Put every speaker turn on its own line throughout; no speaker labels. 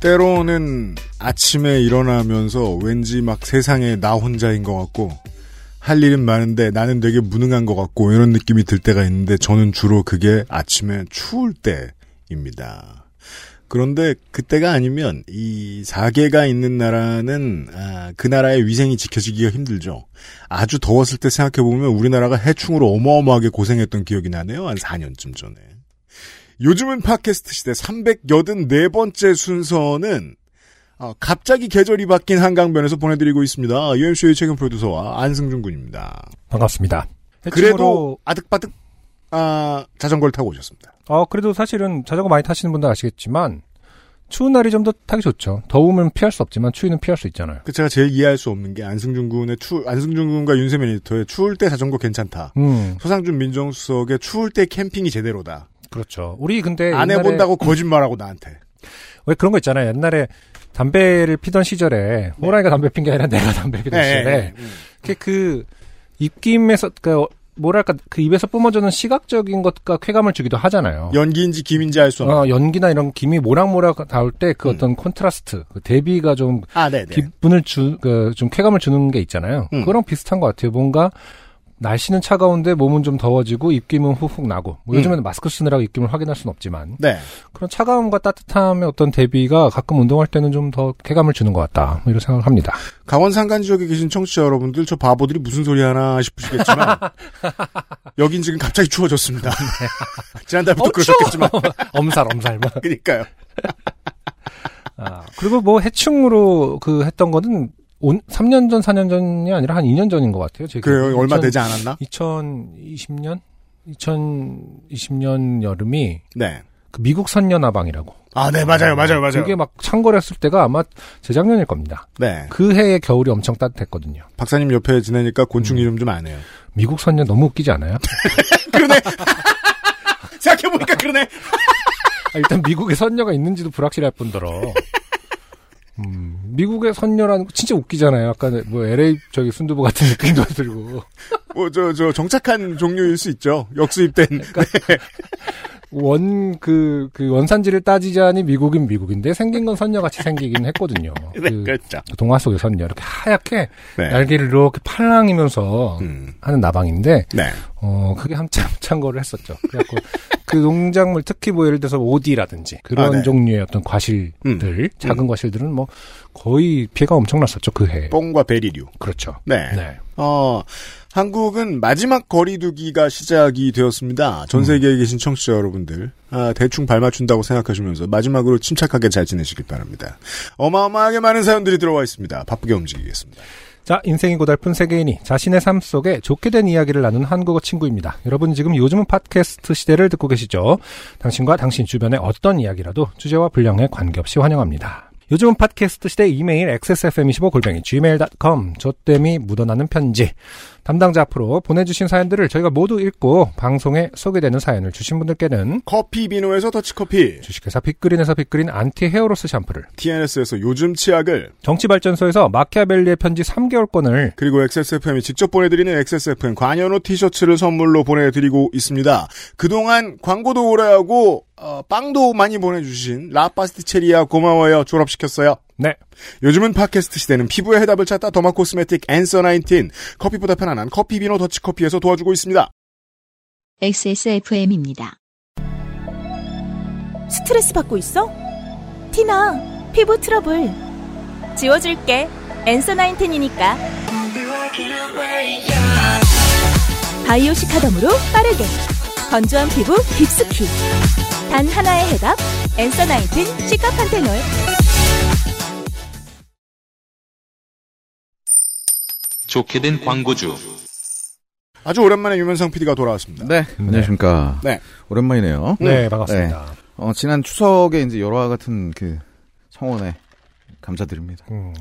때로는 아침에 일어나면서 왠지 막 세상에 나 혼자인 것 같고 할 일은 많은데 나는 되게 무능한 것 같고 이런 느낌이 들 때가 있는데 저는 주로 그게 아침에 추울 때입니다. 그런데 그때가 아니면 이 사계가 있는 나라는 아, 그 나라의 위생이 지켜지기가 힘들죠. 아주 더웠을 때 생각해 보면 우리나라가 해충으로 어마어마하게 고생했던 기억이 나네요. 한 4년쯤 전에. 요즘은 팟캐스트 시대 384번째 순서는 아, 갑자기 계절이 바뀐 한강변에서 보내드리고 있습니다. UMC의 최근 프로듀서와 안승준 군입니다.
반갑습니다. 네,
그래도 아득바득 아, 자전거를 타고 오셨습니다.
어 그래도 사실은 자전거 많이 타시는 분들 아시겠지만 추운 날이 좀 더 타기 좋죠. 더움은 피할 수 없지만 추위는 피할 수 있잖아요.
그 제가 제일 이해할 수 없는 게 안승준 군의 추 안승준 군과 윤세민 에디터의 추울 때 자전거 괜찮다.
음
소상준 민정수석의 추울 때 캠핑이 제대로다.
그렇죠. 우리 근데
안
옛날에
해본다고 거짓말하고 나한테.
왜 그런 거 있잖아요. 옛날에 담배를 피던 시절에 호랑이가 담배 핀 게 아니라 내가 담배 피던 시절에
네.
이렇게 그 입김에서 그 뭐랄까 그 입에서 뿜어주는 시각적인 것과 쾌감을 주기도 하잖아요.
연기인지 김인지 알 수 없는.
어, 연기나 이런 김이 모락모락 닿을 때 그
음.
어떤 콘트라스트, 그 대비가 좀
아, 네, 네.
기분을 주, 그, 좀 쾌감을 주는 게 있잖아요.
음.
그거랑 비슷한 것 같아요. 뭔가 날씨는 차가운데 몸은 좀 더워지고 입김은 훅훅 나고 뭐
음.
요즘에는 마스크 쓰느라고 입김을 확인할 수는 없지만
네.
그런 차가움과 따뜻함의 어떤 대비가 가끔 운동할 때는 좀 더 쾌감을 주는 것 같다 뭐 이런 생각을 합니다.
강원 산간 지역에 계신 청취자 여러분들 저 바보들이 무슨 소리 하나 싶으시겠지만 여긴 지금 갑자기 추워졌습니다. 지난달부터 그러셨겠지만
엄살 엄살 막.
그러니까요.
아, 그리고 뭐 해충으로 그 했던 거는 온, 3년 전 4년 전이 아니라 한 2년 전인 것 같아요. 제가
그 얼마
2000
되지 않았나?
2020년? 2020년 여름이
네.
그 미국 선연화방이라고. 음,
아, 네, 맞아요, 맞아요, 맞아요.
그게 막 창궐했을 때가 아마 재작년일 겁니다.
네.
그 해의 겨울이 엄청 따뜻했거든요.
박사님 옆에 지내니까 곤충 이름 좀 아네요.
미국 선연 너무 웃기지 않아요?
생각해보니까 그러네.
아, 일단 미국에 선녀가 있는지도 불확실할 뿐더러. 음, 미국의 선녀라는 거 진짜 웃기잖아요. 약간 뭐 LA 저기 순두부 같은 느낌도 들고.
뭐, 저, 저, 정착한 종류일 수 있죠. 역수입된.
원, 그, 그 원산지를 따지자니 미국인 미국인데 생긴 건 선녀같이 생기긴 했거든요.
네,
그
그렇죠.
동화 속의 선녀. 이렇게 하얗게
네.
날개를 이렇게 팔랑이면서
음,
하는 나방인데,
네.
어, 그게 한참 창거를 했었죠. 그래갖고 그 농작물 특히 뭐 예를 들어서 오디라든지 그런
아, 네.
종류의 어떤 과실들,
음,
작은 과실들은 뭐 거의 피해가 엄청났었죠. 그 해.
뽕과 베리류.
그렇죠.
네.
네.
어, 한국은 마지막 거리두기가 시작이 되었습니다. 전 세계에 계신 청취자 여러분들, 아, 대충 발맞춘다고 생각하시면서 마지막으로 침착하게 잘 지내시길 바랍니다. 어마어마하게 많은 사연들이 들어와 있습니다. 바쁘게 움직이겠습니다.
자, 인생이 고달픈 세계인이 자신의 삶 속에 좋게 된 이야기를 나눈 한국어 친구입니다. 여러분 지금 요즘은 팟캐스트 시대를 듣고 계시죠? 당신과 당신 주변의 어떤 이야기라도 주제와 분량에 관계없이 환영합니다. 요즘은 팟캐스트 시대 이메일 xsfm25골뱅이 gmail.com 저땜이 묻어나는 편지 담당자 앞으로 보내주신 사연들을 저희가 모두 읽고 방송에 소개되는 사연을 주신 분들께는
커피 비노에서 더치커피,
주식회사 빅그린에서 빅그린 안티 헤어로스 샴푸를
TNS에서 요즘 치약을,
정치발전소에서 마키아벨리의 편지 3개월권을
그리고 XSFM이 직접 보내드리는 XSFM 관현호 티셔츠를 선물로 보내드리고 있습니다. 그동안 광고도 오래 하고, 어, 빵도 많이 보내주신 라파스티체리아 고마워요. 졸업시켰어요.
네
요즘은 팟캐스트 시대는 피부의 해답을 찾다 더마 코스메틱 앤서 19 커피보다 편안한 커피 비노 더치커피에서 도와주고 있습니다.
XSFM입니다.
스트레스 받고 있어? 티나, 피부 트러블. 지워줄게. 엔서 나인텐이니까. 바이오 시카덤으로 빠르게. 건조한 피부 깊숙이. 단 하나의 해답. 엔서 나인텐 시카판테놀.
좋게 된 광고주.
아주 오랜만에 유면상 PD가 돌아왔습니다.
네, 안녕하십니까.
네.
오랜만이네요.
네, 반갑습니다.
어, 지난 추석에 이제 열화 같은 그 성원에 감사드립니다.
음.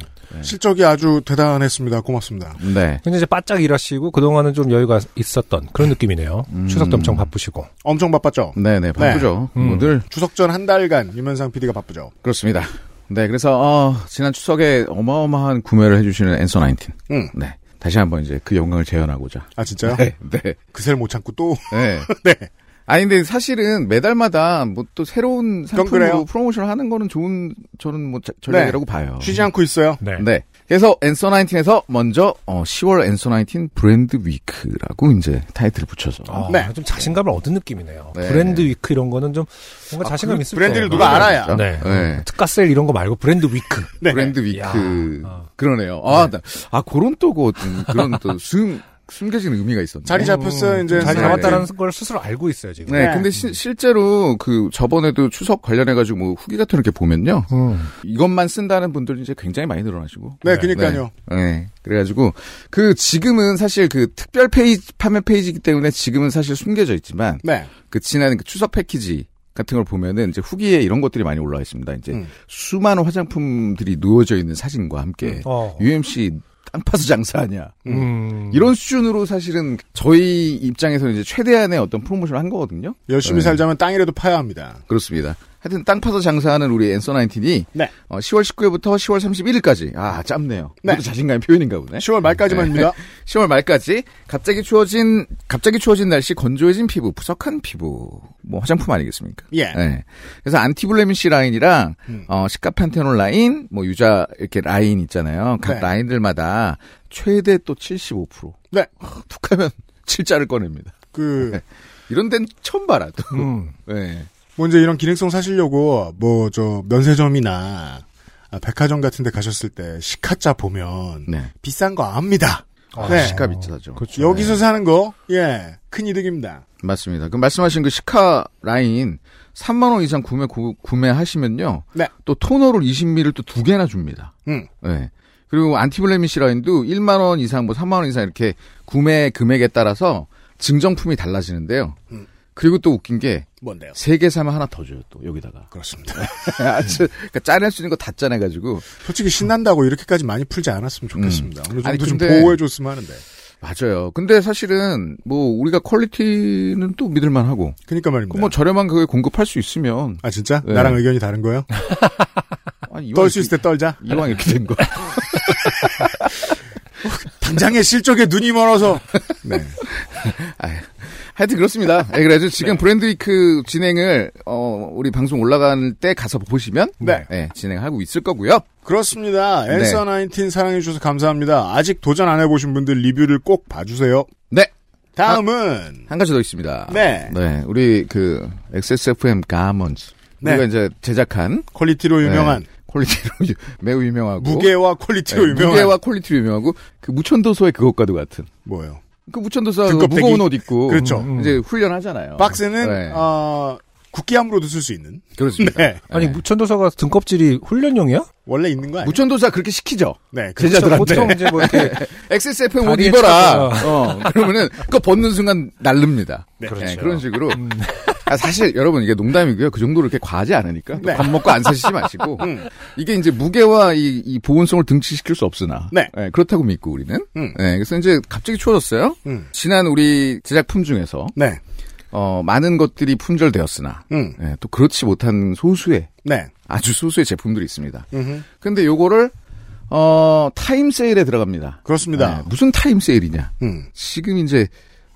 실적이 아주 대단했습니다. 고맙습니다.
네.
근데 이제 바짝 일하시고 그동안은 좀 여유가 있었던 그런 느낌이네요.
음.
추석도 엄청 바쁘시고.
엄청 바빴죠?
네네, 바쁘죠.
네. 음.
뭐 늘
추석 전 한 달간 유면상 PD가 바쁘죠.
그렇습니다. 네, 그래서, 어, 지난 추석에 어마어마한 구매를 해주시는 앤서 19.
응.
네. 다시 한번 이제 그 영광을 재현하고자.
아, 진짜요?
네, 네.
그새를 못 참고 또.
네.
네.
아니 근데 사실은 매달마다 뭐 또 새로운
그래요. 네.
상품으로 프로모션 하는 거는 좋은 저는 뭐 자- 전략이라고 봐요.
쉬지 않고 있어요.
네.
네. 그래서 앤서 19에서 먼저 어, 10월 앤서 19 브랜드 위크라고 이제 타이틀을 붙여서
아,
네.
좀 자신감을 얻은 느낌이네요.
네.
브랜드 위크 이런 거는 좀 뭔가 자신감 있을 거예요.
브랜드를 누가 알아야.
네.
네.
특가셀 이런 거 말고 브랜드 위크.
네.
브랜드
이야.
위크 음.
어.
그러네요. 아, 나- 아 그런 또고 그런 또숨 숨겨진 의미가 있었네.
자리 잡혔어요, 이제.
잘
네.
잡았다는 걸 스스로 알고 있어요 지금.
네,
네.
근데 시- 실제로 그 저번에도 추석 관련해가지고 뭐 후기 같은 거 이렇게 보면요,
음.
이것만 쓴다는 분들이 이제 굉장히 많이 늘어나시고,
네, 그니까요.
네. 네. 그래가지고 그 지금은 사실 그 특별 페이지 판매 페이지이기 때문에 지금은 사실 숨겨져 있지만
네.
그 지난 그 추석 패키지 같은 걸 보면은 이제 후기에 이런 것들이 많이 올라와 있습니다. 이제
음.
수많은 화장품들이 누워져 있는 사진과 함께
음.
어.
UMC 땅 파서 장사하냐
음.
이런 수준으로 사실은 저희 입장에서는 이제 최대한의 어떤 프로모션을 한 거거든요.
열심히
네.
살자면 땅이라도 파야 합니다.
그렇습니다. 하여튼 땅 파서 장사하는 우리 앤서 나인틴이
네.
어, 10월 19일부터 10월 31일까지 아 짧네요.
네.
네. 자신감의 표현인가 보네.
10월 말까지만입니다.
10월 말까지 갑자기 추워진 갑자기 추워진 날씨 건조해진 피부 푸석한 피부 뭐 화장품 아니겠습니까?
예.
네. 그래서 안티블레미시 라인이랑
음.
어, 시카판테놀 라인 뭐 유자 이렇게 라인 있잖아요. 각
네.
라인들마다 최대 또 75%.
네.
툭하면 7자를 꺼냅니다.
그,
네. 이런 데는 처음 봐라 또.
음.
네.
뭐 이제 이런 기능성 사시려고 뭐 저 면세점이나 아, 백화점 같은 데 가셨을 때 시카자 보면
네.
비싼 거 압니다. 네.
시카 비슷하죠.
아, 그렇죠.
여기서 사는 거, 예, 큰 이득입니다.
맞습니다. 그 말씀하신 그 시카 라인 3만 원 이상 구매 구, 매하시면요
네.
또 토너를 20ml 또 두 개나 줍니다.
음.
네. 그리고 안티블레미시 라인도 1만 원 이상 뭐 3만 원 이상 이렇게 구매 금액에 따라서 증정품이 달라지는데요.
음.
그리고 또 웃긴 게
뭔데요?
세 개 사면 하나 더 줘요, 또, 여기다가.
그렇습니다.
아주, 그러니까 짜낼 수 있는 거 다 짜내가지고.
솔직히 신난다고 이렇게까지 많이 풀지 않았으면 좋겠습니다. 어느 정도
음. 아니,
좀
근데-
보호해줬으면 하는데.
맞아요. 근데 사실은, 뭐, 우리가 퀄리티는 또 믿을만 하고.
그니까 그러니까 말입니다.
그뭐 저렴한 그게 공급할 수 있으면.
아, 진짜?
네. 그
나랑 의견이 다른 거예요?
아니, 이왕
떨 수
이렇게-
있을 때 떨자?
이왕 이렇게 된 거.
당장의 실적에 눈이 멀어서. 네.
아, 예. 하여튼 그렇습니다. 예, 그래서
네.
지금 브랜드 위크 진행을 어, 우리 방송 올라갈 때 가서 보시면
음.
네.
예, 진행하고 있을 거고요.
그렇습니다.
네.
엔서 나인틴 사랑해주셔서 감사합니다. 아직 도전 안 해보신 분들 리뷰를 꼭 봐주세요.
네.
다음은,
한 가지 더 있습니다.
네.
우리 그 XSFM 가먼즈
네.
우리가 이제 제작한
퀄리티로 유명한,
네, 퀄리티로 유- 매우 유명하고
무게와
예,
퀄리티로 유명한,
무게와 퀄리티로 유명하고 그 무천도소의 그것과도 같은
뭐예요?
그 무천도소 그
등껍데기?
무거운 옷 입고 음.
그렇죠.
이제 훈련하잖아요.
박스는,
네,
어, 국기함으로도 쓸 수 있는.
그렇습니다.
네.
아니
네.
무천도서가 등껍질이 훈련용이야?
원래 있는 거 아니에요?
무천도사 그렇게 시키죠.
네. 그,
제자들한테
보통 이제 뭐 이렇게
XSFM 옷
다리에
입어라.
차고,
어, 그러면은 그거 벗는 순간 날릅니다.
네.
그렇죠.
네, 그런 식으로. 아, 사실 여러분 이게 농담이고요. 그 정도로 이렇게 과하지 않으니까 또
네.
밥 먹고 안 사시지 마시고
음.
이게 이제 무게와 이, 이 보온성을 등치시킬 수 없으나
네.
그렇다고 믿고 우리는
음.
네, 그래서 이제 갑자기 추워졌어요.
음.
지난 우리 제작품 중에서
네.
어, 많은 것들이 품절되었으나
음.
네, 또 그렇지 못한 소수의
네.
아주 소수의 제품들이 있습니다.
음흠.
근데 요거를 어, 타임 세일에 들어갑니다.
그렇습니다.
네, 무슨 타임 세일이냐?
음.
지금 이제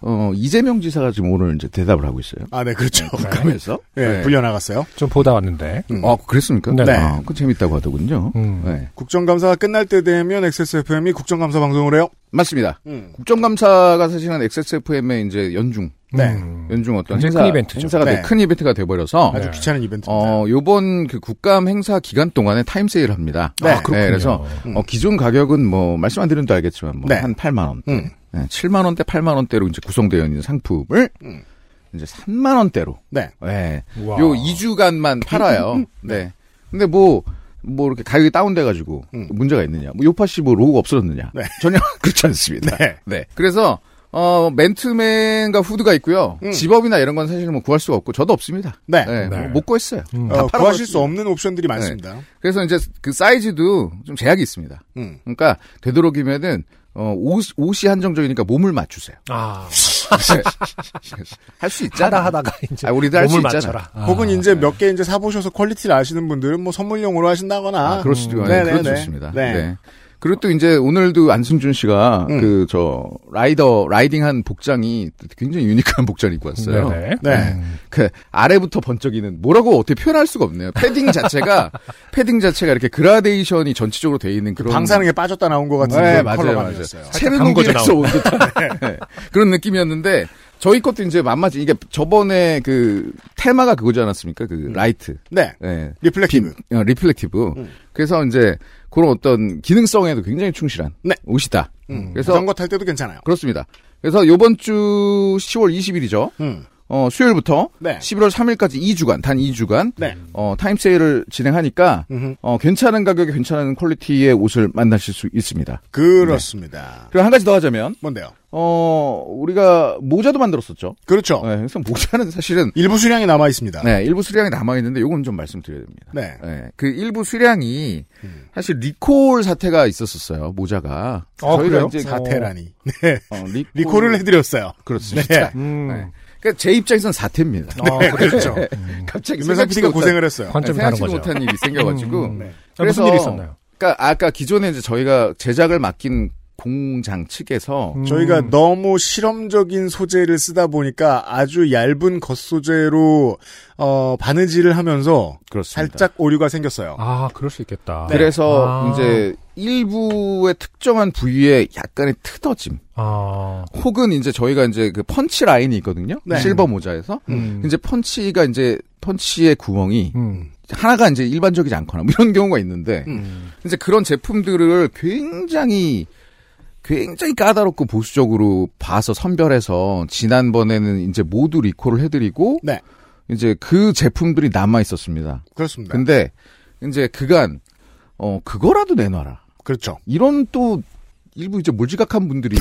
어, 이재명 지사가 지금 오늘 이제 대답을 하고 있어요.
아, 네, 그렇죠.
국감에서.
예,
네.
불려나갔어요. 음.
좀 보다 왔는데.
아, 그랬습니까?
네.
아, 그건 재밌다고 하더군요.
음.
네.
국정감사가 끝날 때 되면 XSFM이 국정감사 방송을 해요.
맞습니다.
음.
국정감사가 사실은 XSFM의 이제 연중,
네.
음.
연중 어떤
굉장히
행사,
큰 이벤트죠.
행사가
네.
되- 큰 이벤트가 돼버려서
아주
네.
귀찮은 이벤트입니다.
어 요번 그 국감 행사 기간 동안에 타임 세일을 합니다.
네. 아,
그렇군요.
그래서
음.
어, 기존 가격은 뭐 말씀 안 드리는 도 알겠지만 뭐
네.
한 8만 원,
음.
네, 7만 원대, 8만 원대로 이제 구성되어 있는 상품을
음.
이제 3만 원대로
네.
네.
우와. 음,
요 2주간만 팔아요. 네. 근데 뭐, 뭐 이렇게 가격이 다운돼가지고
음.
문제가 있느냐. 뭐 요파시 뭐 로고가 없어졌느냐.
네.
전혀 그렇지 않습니다.
네.
그래서, 어, 맨투맨과 후드가 있고요. 집업이나 이런 건 사실은 뭐 구할 수가 없고 저도 없습니다.
네.
예,
음. 네.
못 구했어요.
음.
다
어,
팔아버렸습니다. 네.
구하실 수 없는 옵션들이 많습니다.
그래서 이제 그 사이즈도 좀 제약이 있습니다.
음.
그러니까 되도록이면은 어, 옷, 옷이 한정적이니까 몸을 맞추세요. 네.
아,
할 수 있잖아.
짜다 하다가 이제
아, 우리도 할수
몸을
있잖아. 네.
맞춰라. 아.
혹은 이제 몇 개 이제 사보셔서 퀄리티를 아시는 분들은 뭐 선물용으로 하신다거나.
아, 그럴 수도
음.
있 네,
네네네.
그것도 좋습니다.
네.
네. 그리고 또 이제 오늘도 안승준 씨가
음.
그 저 라이더 라이딩한 복장이 굉장히 유니크한 복장을 입고 왔어요.
네네.
네.
그 아래부터 번쩍이는 뭐라고 어떻게 표현할 수가 없네요. 패딩 자체가 패딩 자체가 이렇게 그라데이션이 전체적으로 돼 있는 그런
방사능에 빠졌다 나온 것 같은
네,
그런
맞아요, 맞아요.
컬러감이었어요.
체르노빌에서 온 듯한 네, 그런 느낌이었는데 저희 것도 이제 만만치 이게 저번에 그 테마가 그거지 않았습니까? 그 라이트.
네.
예.
리플렉티브.
어, 리플렉티브.
음.
그래서 이제 그런 어떤 기능성에도 굉장히 충실한
네.
옷이다.
음.
그래서-
자전거 탈 때도 괜찮아요.
그렇습니다. 그래서 요번 주 10월 20일이죠.
음.
어, 수요일부터
네.
11월 3일까지 2주간, 단 2주간
네.
어, 타임 세일을 진행하니까
음흠.
어, 괜찮은 가격에 괜찮은 퀄리티의 옷을 만나실 수 있습니다.
그렇습니다.
그리고 한 가지 더 하자면
뭔데요?
어, 우리가 모자도 만들었었죠.
그렇죠.
네, 그래서 모자는 사실은
일부 수량이 남아 있습니다.
네, 일부 수량이 남아 있는데 요건 좀 말씀드려야 됩니다.
네.
네, 그 일부 수량이 사실 리콜 사태가 있었었어요. 모자가.
어, 그래요?
사태라니.
어, 리콜...
리콜을 해드렸어요.
그렇습니다.
음.
네. 그러니까 제 입장에선 사태입니다.
아,
그렇죠.
갑자기
김현상
생각지도
PD가
못한-
고생을 했어요.
관점이 다른
생각지도
거죠.
못한 일이 생겨가지고.
음, 음. 아,
그래서
무슨 일이 있었나요?
그러니까 아까 기존에 이제 저희가 제작을 맡긴 공장 측에서
음.
저희가 너무 실험적인 소재를 쓰다 보니까 아주 얇은 겉소재로 어, 바느질을 하면서
그렇습니다.
살짝 오류가 생겼어요.
아, 그럴 수 있겠다.
네. 그래서
아.
이제 일부의 특정한 부위에 약간의 트더짐
아,
혹은 이제 저희가 이제 그 펀치 라인이 있거든요.
네.
실버 모자에서
음.
이제 펀치가 이제 펀치의 구멍이
음.
하나가 이제 일반적이지 않거나 뭐 이런 경우가 있는데 이제 그런 제품들을 굉장히 굉장히 까다롭고 보수적으로 봐서 선별해서 지난번에는 이제 모두 리콜을 해드리고
네.
이제 그 제품들이 남아 있었습니다.
그렇습니다.
근데 이제 그간 어 그거라도 내놔라
그렇죠.
이런 또 일부 이제 몰지각한 분들이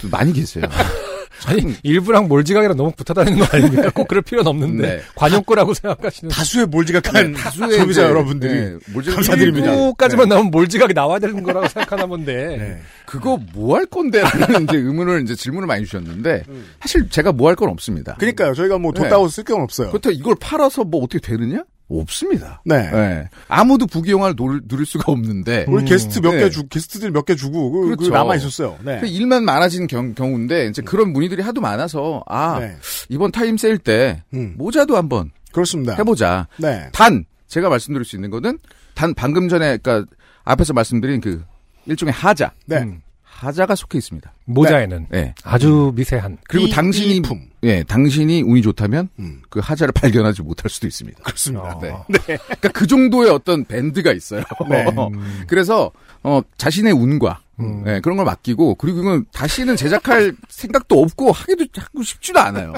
또 많이 계세요. 음.
아니, 일부랑 몰지각이랑 너무 붙어다니는 거 아닙니까? 꼭 그럴 필요는 없는데.
네.
관용거라고 생각하시는.
다수의 몰지각한
다수의
소비자
이제,
여러분들이
예, 몰지각
감사드립니다.
일부-
까지만 나오면 몰지각이 나와야 되는 거라고 생각하나 본데.
네.
그거 뭐 할 건데라는 이제 의문을 이제 질문을 많이 주셨는데 사실 제가 뭐 할 건 없습니다.
그러니까요. 저희가 뭐
네.
돋다고 쓸 경우는 없어요.
그렇다고 이걸 팔아서 뭐 어떻게 되느냐? 없습니다.
네.
예. 아무도 부기영화를 누릴, 누릴 수가 없는데
우리 게스트 몇 개
네.
주, 게스트들 몇 개 주고 그,
그렇죠.
남아 있었어요. 네.
그 일만 많아진 경, 우인데 이제 그런 문의들이 하도 많아서 아
네.
이번 타임 세일 때
음.
모자도 한번
그렇습니다.
해보자.
네.
단 제가 말씀드릴 수 있는 거는 단 방금 전에 그러니까 앞에서 말씀드린 그 일종의 하자 음.
네.
하자가 속해 있습니다.
모자에는
예.
아주 미세한.
그리고
이-
당신이
이 품.
예 당신이 운이 좋다면
음.
그 하자를 발견하지 못할 수도 있습니다.
그렇습니다.
네. 그러니까 그 정도의 어떤 밴드가 있어요.
네.
그래서 어, 자신의 운과
음.
네, 그런 걸 맡기고 그리고 이건 다시는 제작할 생각도 없고 하기도 하고 싶지도 않아요.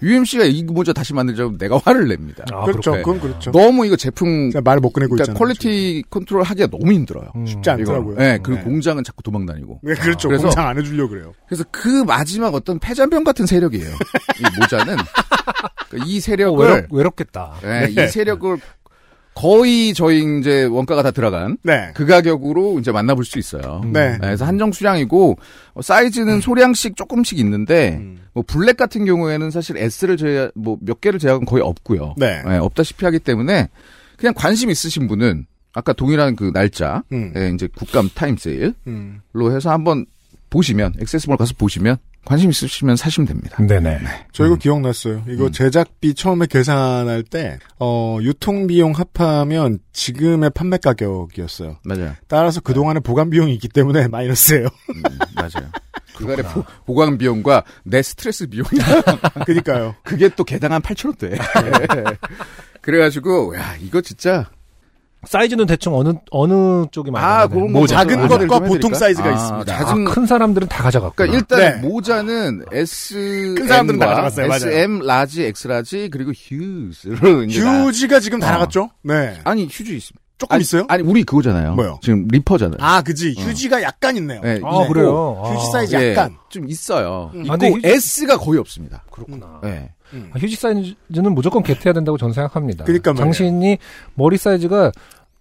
UMC가 이 모자 다시 만들자면 내가 화를 냅니다.
아,
그렇죠.
그렇군요.
그건 그렇죠.
너무 이거 제품
말못 꺼내고
그러니까
있잖아요.
퀄리티 컨트롤 하기가 너무 힘들어요.
음.
지금. 쉽지 않더라고요.
이거는. 네, 그
네.
공장은 자꾸 도망다니고.
네, 그렇죠.
아, 그래서-
공장 안 해주려 고 그래요.
그래서 그 마지막 어떤 패잔병 같은 세력이에요. 이 모자는 그러니까 이
어,
세력을
외롭, 외롭겠다.
네, 이 세력을 거의 저희 이제 원가가 다 들어간
네.
그 가격으로 이제 만나볼 수 있어요.
네.
네, 그래서 한정 수량이고 어, 사이즈는 소량씩 조금씩 있는데
음.
뭐 블랙 같은 경우에는 사실 S를 제외 뭐몇 개를 제외한 거의 없고요. 예,
네.
없다시피 하기 때문에 그냥 관심 있으신 분은 아까 동일한 그 날짜
음.
예, 이제 국감 타임 세일로
음.
해서 한번 보시면 액세스몰 가서 보시면 관심 있으시면 사시면 됩니다.
네네.
음.
저 이거 기억났어요. 이거 제작비 처음에 계산할 때, 어, 유통비용 합하면 지금의 판매 가격이었어요.
맞아요.
따라서 그동안의 보관 비용이 있기 때문에 마이너스예요.
음, 맞아요. 그간의 보- 보강 비용과 내 스트레스 비용이
그니까요.
그게 또 개당 한 8,000원대. 그래가지고, 야, 이거 진짜.
사이즈는 대충 어느, 어느 쪽이 많이
아,
나가나요?
그건 뭐
모자.
작은
좀
것과
안내를 좀 해드릴까?
보통 사이즈가
아,
있습니다.
아,
작은,
큰 사람들은 다 가져갔구나.
그러니까 일단
네.
모자는 S,
큰 사람들은 다 나갔어요. 맞아요.
SM, 라지, X 라지, 그리고 휴즈로. 이제 나-
휴지가 지금 다
어.
나갔죠? 네.
아니, 휴즈 있습니다.
조금 있어요?
아니 우리 그거잖아요.
뭐요?
지금 리퍼잖아요.
아, 그지. 휴지가 약간 있네요.
네,
아,
이제
그래요. 아,
휴지 사이즈
예,
약간.
좀 있어요. 있고
아, 근데 휴지-
S가 거의 없습니다.
그렇구나.
네.
아, 휴지 사이즈는 무조건 개태해야 된다고 저는 생각합니다.
그러니까 말이에요.
당신이 머리 사이즈가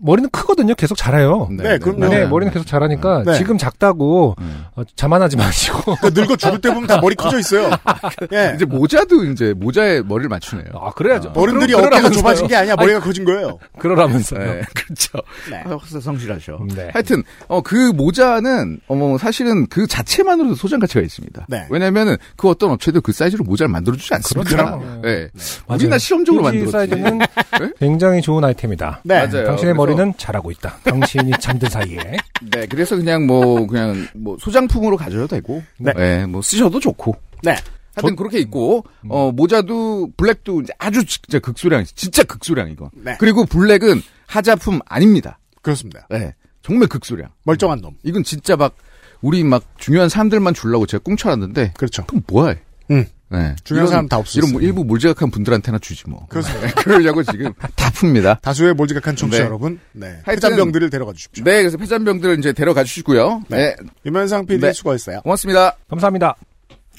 머리는 크거든요. 계속 자라요.
네, 그럼요.
네,
네.
머리는 계속 자라니까
네.
지금 작다고
음.
어, 자만하지 마시고.
그러니까 늙어 죽을 때 보면 다 머리 커져 있어요. 예.
아, 그 이제 뭐 모자도 이제 모자에 머리를 맞추네요.
아 그래야죠.
어른들이
그러-
어깨가
그러라면서요.
좁아진 게 아니야. 머리가 커진 거예요.
그러라면서요.
네, 그렇죠.
네.
아, 확실히 성실하셔.
네.
하여튼 어, 그 모자는 어머 사실은 그 자체만으로도 소장 가치가 있습니다.
네.
왜냐하면은 그 어떤 업체도 그 사이즈로 모자를 만들어 주지 않습니다.
그렇죠.
예.
맞아요.
우리나 실험적으로
휴지
만들었지.
사이즈는
네?
굉장히 좋은 아이템이다.
네.
맞아요.
당신의
그래서-
머리는 자라고 있다. 당신이 잠든 사이에.
네, 그래서 그냥 뭐 그냥 뭐 소장품으로 가져도 되고,
네.
네, 뭐 쓰셔도 좋고.
네. 음.
하여튼 그렇게 있고 어 모자도 블랙도 이제 아주 진짜 극소량, 진짜 극소량 이거.
네.
그리고 블랙은 하자품 아닙니다.
그렇습니다.
네, 정말 극소량.
멀쩡한 놈.
이건 진짜 막 우리 막 중요한 사람들만 주려고 제가 꽁쳐놨는데
그렇죠.
그럼 뭐야?
응.
네.
중요한
이런-
사람 다 없었어요.
이런 뭐 일부 몰지각한 분들한테나 주지 뭐.
그렇습니다.
네, 그러려고 지금 다 풉니다.
다수의 몰지각한 청취자
네.
여러분. 네.
하여튼-
해잔병들을 데려가 주십시오.
네, 그래서 폐잔병들을 이제 데려가 주시고요. 네.
유면상 PD
네.
수고했어요.
고맙습니다.
감사합니다.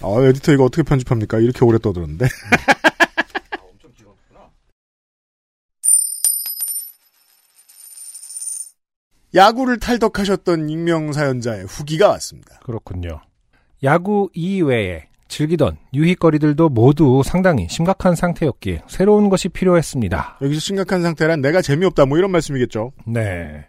어, 에디터 이거 어떻게 편집합니까? 이렇게 오래 떠들었는데. 야구를 탈덕하셨던 익명 사연자의 후기가 왔습니다.
그렇군요. 야구 이외에 즐기던 유희거리들도 모두 상당히 심각한 상태였기에 새로운 것이 필요했습니다.
여기서 심각한 상태란 내가 재미없다 뭐 이런 말씀이겠죠.
네.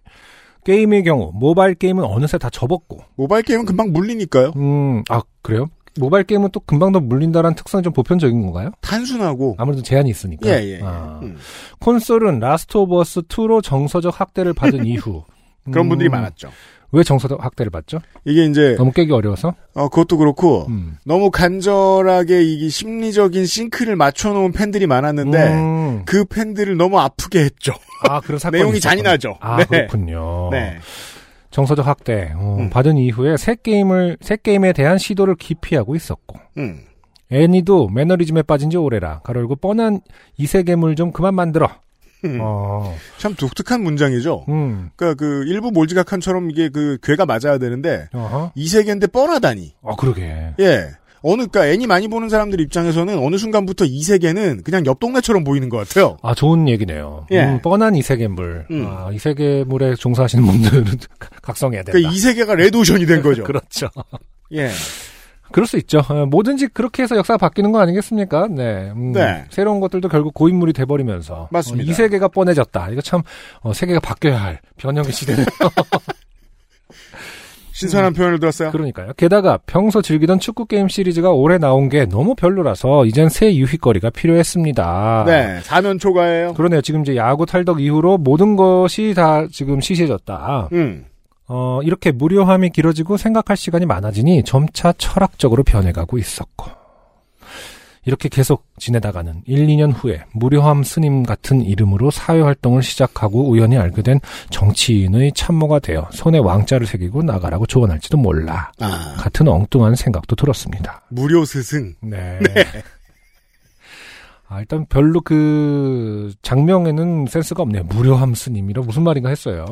게임의 경우 모바일 게임은 어느새 다 접었고
모바일 게임은 금방 물리니까요.
음, 아, 그래요? 모바일 게임은 또 금방 더 물린다라는 특성이 좀 보편적인 건가요?
단순하고
아무래도 제한이 있으니까.
예, 예. 예.
아.
음.
콘솔은 라스트 오브 어스 2로 정서적 학대를 받은 이후.
그런
음,
분들이 많았죠. 예.
왜 정서적 학대를 받죠?
이게 이제
너무 깨기 어려워서?
어, 그것도 그렇고
음.
너무 간절하게 이게 심리적인 싱크를 맞춰놓은 팬들이 많았는데
음.
그 팬들을 너무 아프게 했죠.
아, 그런 사건이
내용이
있었구나.
잔인하죠.
아,
네.
그렇군요.
네.
정서적 학대 어,
음.
받은 이후에 새 게임을 새 게임에 대한 시도를 기피하고 있었고
음.
애니도 매너리즘에 빠진 지 오래라 가로열고 뻔한 이세계물 좀 그만 만들어.
음.
어,
참 독특한 문장이죠.
음,
그러니까 그 일부 몰지각한처럼 이게 그 괴가 맞아야 되는데
어허.
이 세계인데 뻔하다니.
아 그러게.
예. 어느 그러니까 애니 많이 보는 사람들 입장에서는 어느 순간부터 이 세계는 그냥 옆 동네처럼 보이는 것 같아요.
아 좋은 얘기네요.
예.
음, 뻔한 이세계물.
음.
아, 이세계물에 종사하시는 분들은 각성해야 된다.
그러니까 이 세계가 레드오션이 된 거죠.
그렇죠.
예.
그럴 수 있죠. 어, 뭐든지 그렇게 해서 역사가 바뀌는 거 아니겠습니까? 네. 음,
네.
새로운 것들도 결국 고인물이 돼버리면서.
맞습니다.
어, 이 세계가 뻔해졌다. 이거 참, 어, 세계가 바뀌어야 할 변형의 시대네요. 음.
신선한 표현을 들었어요.
그러니까요. 게다가 평소 즐기던 축구게임 시리즈가 올해 나온 게 너무 별로라서 이젠 새 유희거리가 필요했습니다.
네. 사면 초과예요.
그러네요. 지금 이제 야구 탈덕 이후로 모든 것이 다 지금 시시해졌다.
음.
어, 이렇게 무료함이 길어지고 생각할 시간이 많아지니 점차 철학적으로 변해가고 있었고. 이렇게 계속 지내다가는 1, 2년 후에 무료함 스님 같은 이름으로 사회활동을 시작하고 우연히 알게 된 정치인의 참모가 되어 손에 왕자를 새기고 나가라고 조언할지도 몰라.
아.
같은 엉뚱한 생각도 들었습니다.
무료 스승.
네. 아, 일단 별로 그 장명에는 센스가 없네요. 무료함 스님이라 무슨 말인가 했어요.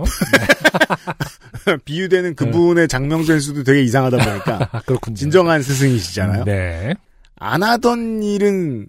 비유되는
네.
그분의 장명 센스도 되게 이상하다 보니까
아, 그렇군요.
진정한 스승이시잖아요.
네.
안 하던 일은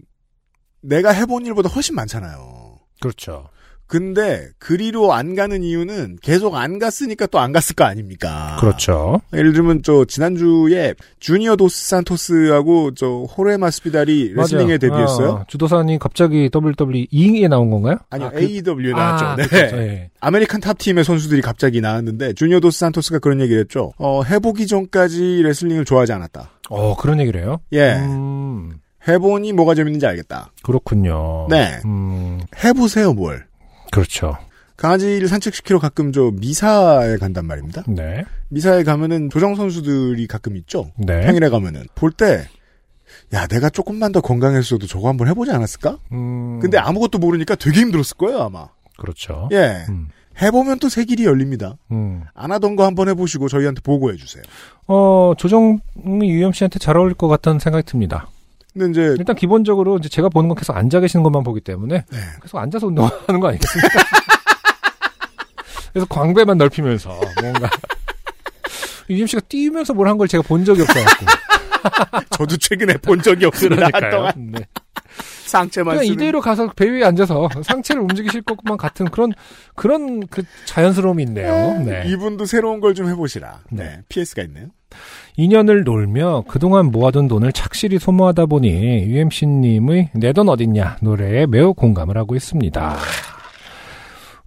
내가 해본 일보다 훨씬 많잖아요.
그렇죠.
근데 그리로 안 가는 이유는 계속 안 갔으니까 또 안 갔을 거 아닙니까?
그렇죠.
예를 들면 저 지난주에 주니어 도스 산토스하고 저 호레 마스피달이
맞아요.
레슬링에 데뷔했어요.
어, 주도사님 갑자기 WWE 2에 나온 건가요?
아니요
그-
AEW에 나왔죠.
아,
네.
그렇죠. 예.
아메리칸 탑 팀의 선수들이 갑자기 나왔는데 주니어 도스 산토스가 그런 얘기를 했죠. 어, 해보기 전까지 레슬링을 좋아하지 않았다.
어, 그런 얘기를 해요?
예,
음,
해보니 뭐가 재밌는지 알겠다.
그렇군요.
네.
음,
해보세요 뭘.
그렇죠.
강아지를 산책시키러 가끔 저 미사에 간단 말입니다.
네.
미사에 가면은 조정 선수들이 가끔 있죠.
네.
평일에 가면은 볼 때 야, 내가 조금만 더 건강했어도 저거 한번 해보지 않았을까?
음,
근데 아무것도 모르니까 되게 힘들었을 거예요, 아마.
그렇죠.
예.
음,
해보면 또 새 길이 열립니다.
음.
안 하던 거 한번 해보시고 저희한테 보고해주세요.
어, 조정이 유염 씨한테 잘 어울릴 것 같다는 생각이 듭니다.
근데 이제,
일단 기본적으로 이제 제가 보는 건 계속 앉아 계시는 것만 보기 때문에
네.
계속 앉아서 운동하는 거 아니겠습니까? 그래서 광배만 넓히면서 뭔가 유임 씨가 뛰면서 뭘 한 걸 제가 본 적이 없어갖고
저도 최근에 본 적이
그
없으니 한 동안
네.
상체만
그냥
쓰는
이대로 가서 배 위에 앉아서 상체를 움직이실 것만 같은 그런 그런 그 자연스러움이 있네요. 네.
이분도 새로운 걸 좀 해보시라. 네.
네.
PS가 있네요.
2년을 놀며 그동안 모아둔 돈을 착실히 소모하다 보니 UMC님의 내 돈 어딨냐 노래에 매우 공감을 하고 있습니다.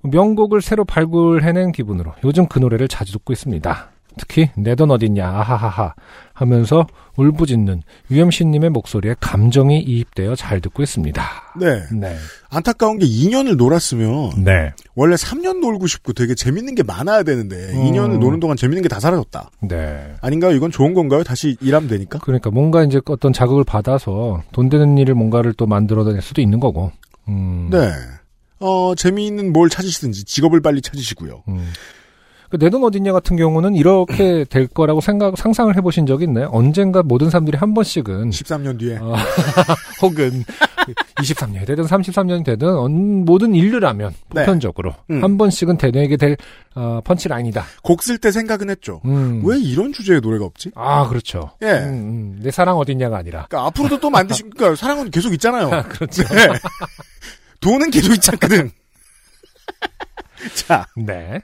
명곡을 새로 발굴해낸 기분으로 요즘 그 노래를 자주 듣고 있습니다. 특히 내 돈 어딨냐 아하하하 하면서 울부짖는 UMC님의 목소리에 감정이 이입되어 잘 듣고 있습니다.
네.
네.
안타까운 게 2년을 놀았으면
네.
원래 3년 놀고 싶고 되게 재밌는 게 많아야 되는데
어.
음.
2년을 노는 동안 재밌는 게 다 사라졌다.
네.
아닌가요? 이건 좋은 건가요? 다시 일하면 되니까?
그러니까 뭔가 이제 어떤 자극을 받아서 돈 되는 일을 뭔가를 또 만들어낼 수도 있는 거고. 음.
네. 어, 재미있는 뭘 찾으시든지 직업을 빨리 찾으시고요.
음. 내 돈 어딨냐 같은 경우는 이렇게 될 거라고 생각 상상을 해보신 적이 있나요? 언젠가 모든 사람들이 한 번씩은
13년 뒤에.
어, 혹은 23년이 되든 33년이 되든 언- 모든 인류라면
네.
보편적으로
음.
한 번씩은 대뇌에게 될 어, 펀치라인이다.
곡 쓸 때 생각은 했죠.
음.
왜 이런 주제의 노래가 없지?
아 그렇죠.
예.
음, 음. 내 사랑 어딨냐가 아니라
그러니까 앞으로도 또 만드신, 그러니까 사랑은 계속 있잖아요.
그렇죠.
네. 돈은 계속 있지 않거든. 자,
네.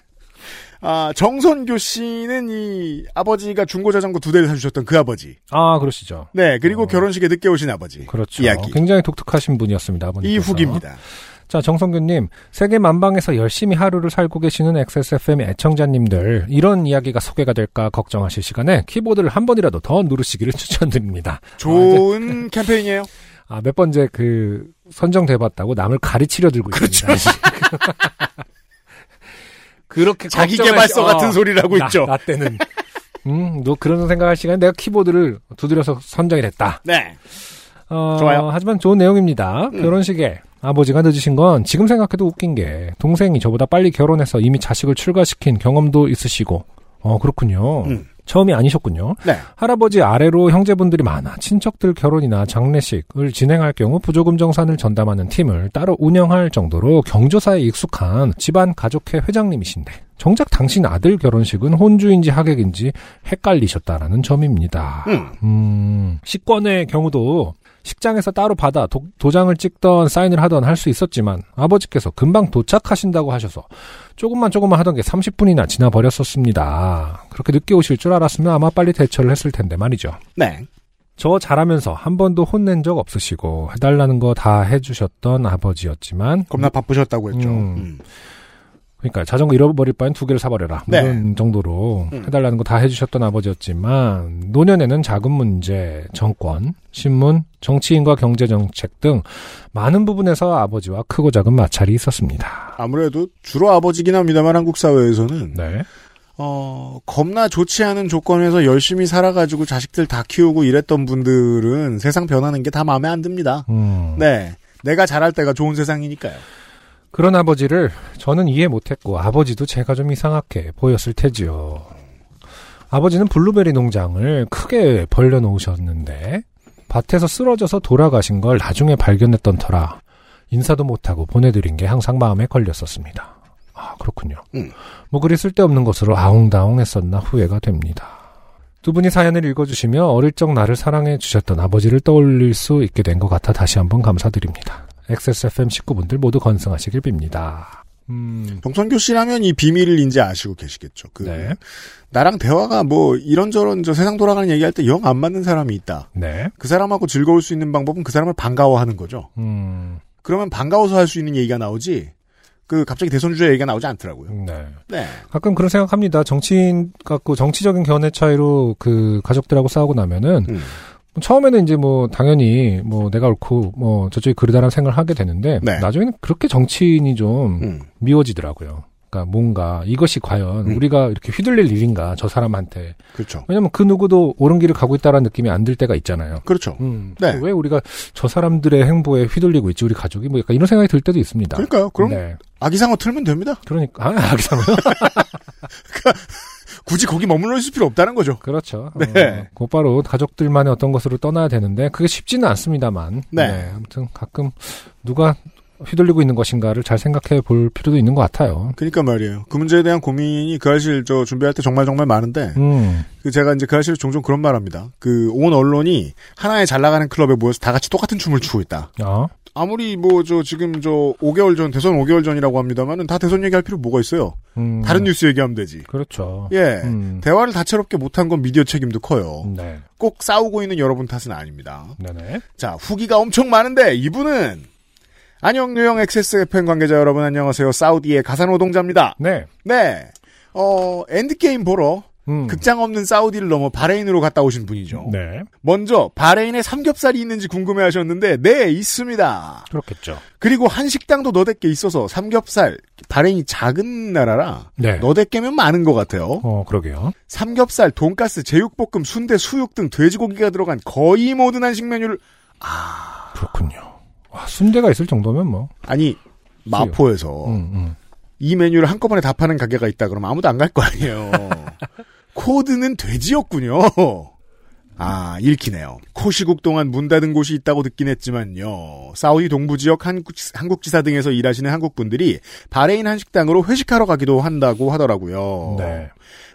아, 정선교 씨는 이 아버지가 중고 자전거 두 대를 사주셨던 그 아버지.
아 그러시죠.
네, 그리고
어.
결혼식에 늦게 오신 아버지.
그렇죠.
이야기.
굉장히 독특하신 분이었습니다. 아버님.
이 후기입니다.
자, 정성균님, 세계 만방에서 열심히 하루를 살고 계시는 XSFM 애청자님들, 이런 이야기가 소개가 될까 걱정하실 시간에 키보드를 한 번이라도 더 누르시기를 추천드립니다.
좋은 캠페인이에요.
아, 몇 번째 그, 선정돼봤다고 남을 가르치려 들고 있습니다.
그렇죠.
그렇게
자기
걱정할
개발서
시-
같은 소리를 하고
어. 나,
있죠.
나 때는. 음, 너 그런 생각할 시간에 내가 키보드를 두드려서 선정이 됐다.
네.
어,
좋아요. 음.
하지만 좋은 내용입니다. 결혼식에 아버지가 늦으신 건 지금 생각해도 웃긴 게 동생이 저보다 빨리 결혼해서 이미 자식을 출가시킨 경험도 있으시고 어 그렇군요.
음.
처음이 아니셨군요.
네.
할아버지 아래로 형제분들이 많아 친척들 결혼이나 장례식을 진행할 경우 부조금 정산을 전담하는 팀을 따로 운영할 정도로 경조사에 익숙한 집안 가족회 회장님이신데 정작 당신 아들 결혼식은 혼주인지 하객인지 헷갈리셨다라는 점입니다.
음.
음, 식권의 경우도 식장에서 따로 받아 도, 도장을 찍던 사인을 하던 할 수 있었지만 아버지께서 금방 도착하신다고 하셔서 조금만 조금만 하던 게 30분이나 지나 버렸었습니다. 그렇게 늦게 오실 줄 알았으면 아마 빨리 대처를 했을 텐데 말이죠.
네.
저 잘하면서 한 번도 혼낸 적 없으시고 해달라는 거 다 해주셨던 아버지였지만
겁나 바쁘셨다고 했죠.
음.
음.
그러니까 자전거 잃어버릴 바엔 두 개를 사버려라 뭐
네.
이런 정도로
음.
해달라는 거 다 해주셨던 아버지였지만 노년에는 자금 문제, 정권, 신문, 정치인과 경제 정책 등 많은 부분에서 아버지와 크고 작은 마찰이 있었습니다.
아무래도 주로 아버지긴 합니다만 한국 사회에서는
네,
어, 겁나 좋지 않은 조건에서 열심히 살아가지고 자식들 다 키우고 이랬던 분들은 세상 변하는 게 다 마음에 안 듭니다.
음.
네. 내가 잘할 때가 좋은 세상이니까요.
그런 아버지를 저는 이해 못했고 아버지도 제가 좀 이상하게 보였을 테지요. 아버지는 블루베리 농장을 크게 벌려놓으셨는데 밭에서 쓰러져서 돌아가신 걸 나중에 발견했던 터라 인사도 못하고 보내드린 게 항상 마음에 걸렸었습니다. 아 그렇군요.
음.
뭐 그리 쓸데없는 것으로 아웅다웅했었나 후회가 됩니다. 두 분이 사연을 읽어주시며 어릴 적 나를 사랑해 주셨던 아버지를 떠올릴 수 있게 된 것 같아 다시 한번 감사드립니다. XSFM 식구분들 모두 건승하시길 빕니다. 음,
정선교 씨라면 이 비밀을 이제 아시고 계시겠죠. 그
네,
나랑 대화가 뭐 이런저런 저 세상 돌아가는 얘기할 때 영 안 맞는 사람이 있다.
네,
그 사람하고 즐거울 수 있는 방법은 그 사람을 반가워하는 거죠.
음,
그러면 반가워서 할 수 있는 얘기가 나오지. 그 갑자기 대선 주자 얘기가 나오지 않더라고요.
네.
네.
가끔 그런 생각합니다. 정치인 갖고 정치적인 견해 차이로 그 가족들하고 싸우고 나면은
음.
처음에는 이제 뭐 당연히 뭐 내가 옳고 뭐 저쪽이 그르다라는 생각을 하게 되는데
네.
나중에는 그렇게 정치인이 좀
음.
미워지더라고요. 그러니까 뭔가 이것이 과연
음.
우리가 이렇게 휘둘릴 일인가 저 사람한테
그렇죠.
왜냐면 그 누구도 옳은 길을 가고 있다라는 느낌이 안 들 때가 있잖아요.
그렇죠.
음,
네.
왜 우리가 저 사람들의 행보에 휘둘리고 있지 우리 가족이 뭐 약간 이런 생각이 들 때도 있습니다.
그러니까요. 그럼
네.
아기상어 틀면 됩니다.
그러니까 아, 아기상어요.
굳이 거기 머물러 있을 필요 없다는 거죠.
그렇죠.
네.
어, 곧바로 네. 가족들만의 어떤 것으로 떠나야 되는데 그게 쉽지는 않습니다만.
네.
아무튼 가끔 누가 휘둘리고 있는 것인가를 잘 생각해 볼 필요도 있는 것 같아요.
그러니까 말이에요. 그 문제에 대한 고민이 그 사실 저 준비할 때 정말 정말 많은데
음,
그 제가 이제 그 사실 종종 그런 말합니다. 그 온 언론이 하나의 잘 나가는 클럽에 모여서 다 같이 똑같은 춤을 추고 있다.
아,
아무리 뭐 저 지금 저 5개월 전 대선 5개월 전이라고 합니다만은 다 대선 얘기할 필요 뭐가 있어요.
음,
다른 뉴스 얘기하면 되지.
그렇죠.
예.
음,
대화를 다채롭게 못한 건 미디어 책임도 커요.
네,
꼭 싸우고 있는 여러분 탓은 아닙니다.
네네.
자, 후기가 엄청 많은데 이분은 안녕 유형 XS 팬 관계자 여러분 안녕하세요. 사우디의 가사노동자입니다.
네,
네. 어, 엔드게임 보러
음,
극장 없는 사우디를 넘어 바레인으로 갔다 오신 분이죠.
네,
먼저 바레인에 삼겹살이 있는지 궁금해 하셨는데 네, 있습니다.
그렇겠죠.
그리고 한식당도 너댓게 있어서 삼겹살 바레인이 작은 나라라
네,
너댓게면 많은 것 같아요.
어, 그러게요.
삼겹살, 돈가스, 제육볶음, 순대, 수육 등 돼지고기가 들어간 거의 모든 한식 메뉴를
그렇군요. 와, 순대가 있을 정도면 뭐,
아니 마포에서
음, 음.
이 메뉴를 한꺼번에 다 파는 가게가 있다 그러면 아무도 안 갈 거 아니에요. 코드는 돼지였군요. 아, 읽히네요. 코시국 동안 문 닫은 곳이 있다고 듣긴 했지만요. 사우디 동부 지역 한국, 한국지사 등에서 일하시는 한국분들이 바레인 한식당으로 회식하러 가기도 한다고 하더라고요.
네,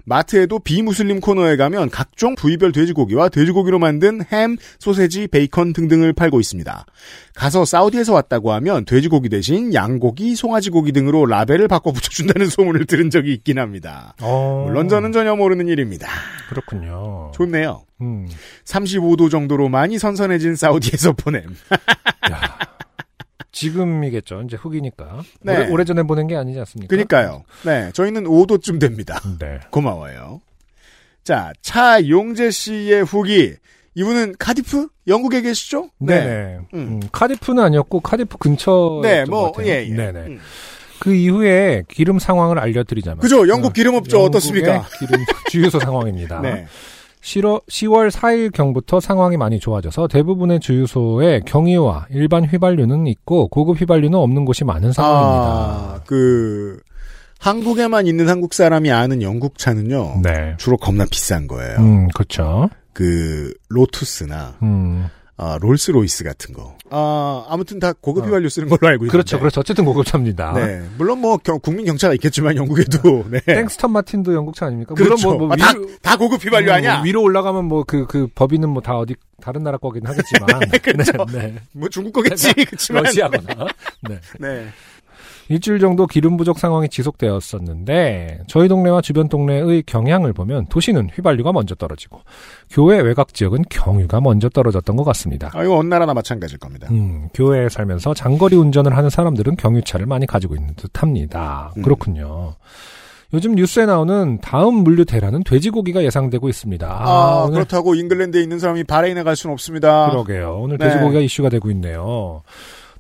마트에도 비무슬림 코너에 가면 각종 부위별 돼지고기와 돼지고기로 만든 햄, 소세지, 베이컨 등등을 팔고 있습니다. 가서 사우디에서 왔다고 하면 돼지고기 대신 양고기, 송아지고기 등으로 라벨을 바꿔 붙여준다는 소문을 들은 적이 있긴 합니다.
어,
물론 저는 전혀 모르는 일입니다.
그렇군요.
좋네요.
음,
35도 정도로 많이 선선해진 사우디에서 보냄.
야. 지금이겠죠. 이제 후기니까.
네.
오래, 오래전에 보낸 게 아니지 않습니까?
그니까요. 네, 저희는 5도쯤 됩니다.
네.
고마워요. 자, 차용재 씨의 후기. 이분은 카디프? 영국에 계시죠?
네네.
음.
음, 카디프는 아니었고 카디프 근처.
네, 뭐, 예, 예.
네네.
음.
그 이후에 기름 상황을 알려드리자면.
그죠? 영국 기름업죠?
영국의
어떻습니까?
기름 주유소 상황입니다.
네.
10월 4일 경부터 상황이 많이 좋아져서 대부분의 주유소에 경유와 일반 휘발유는 있고 고급 휘발유는 없는 곳이 많은 상황입니다.
아, 그, 한국에만 있는 한국 사람이 아는 영국 차는요.
네.
주로 겁나 비싼 거예요.
음, 그렇죠.
그, 로투스나,
음,
아, 롤스로이스 같은 거. 아, 아무튼 다 고급 휘발유 쓰는 걸로 알고 있는데.
어. 그렇죠. 그렇죠. 어쨌든 고급차입니다.
네. 물론 뭐, 경- 국민 경차가 있겠지만, 영국에도. 네.
땡스턴 마틴도 영국차 아닙니까?
그렇죠.
물론 뭐, 뭐
아, 다,
위로-
다 고급 휘발유 아니야?
음, 위로 올라가면 뭐 그 그 법인은 뭐 다 어디 다른 나라 거긴 하겠지만
그렇죠.
네, 네.
뭐 중국 거겠지. 그렇지만.
러시아거나 네.
네.
일주일 정도 기름 부족 상황이 지속되었었는데 저희 동네와 주변 동네의 경향을 보면 도시는 휘발유가 먼저 떨어지고 교외 외곽 지역은 경유가 먼저 떨어졌던 것 같습니다.
아, 이거 어느 나라나 마찬가지일 겁니다.
음, 교회에 살면서 장거리 운전을 하는 사람들은 경유차를 많이 가지고 있는 듯 합니다.
음.
그렇군요. 요즘 뉴스에 나오는 다음 물류 대란은 돼지고기가 예상되고 있습니다.
아,
아, 오늘
그렇다고 잉글랜드에 있는 사람이 바레인에 갈 수는 없습니다.
그러게요. 오늘
네.
돼지고기가 이슈가 되고 있네요.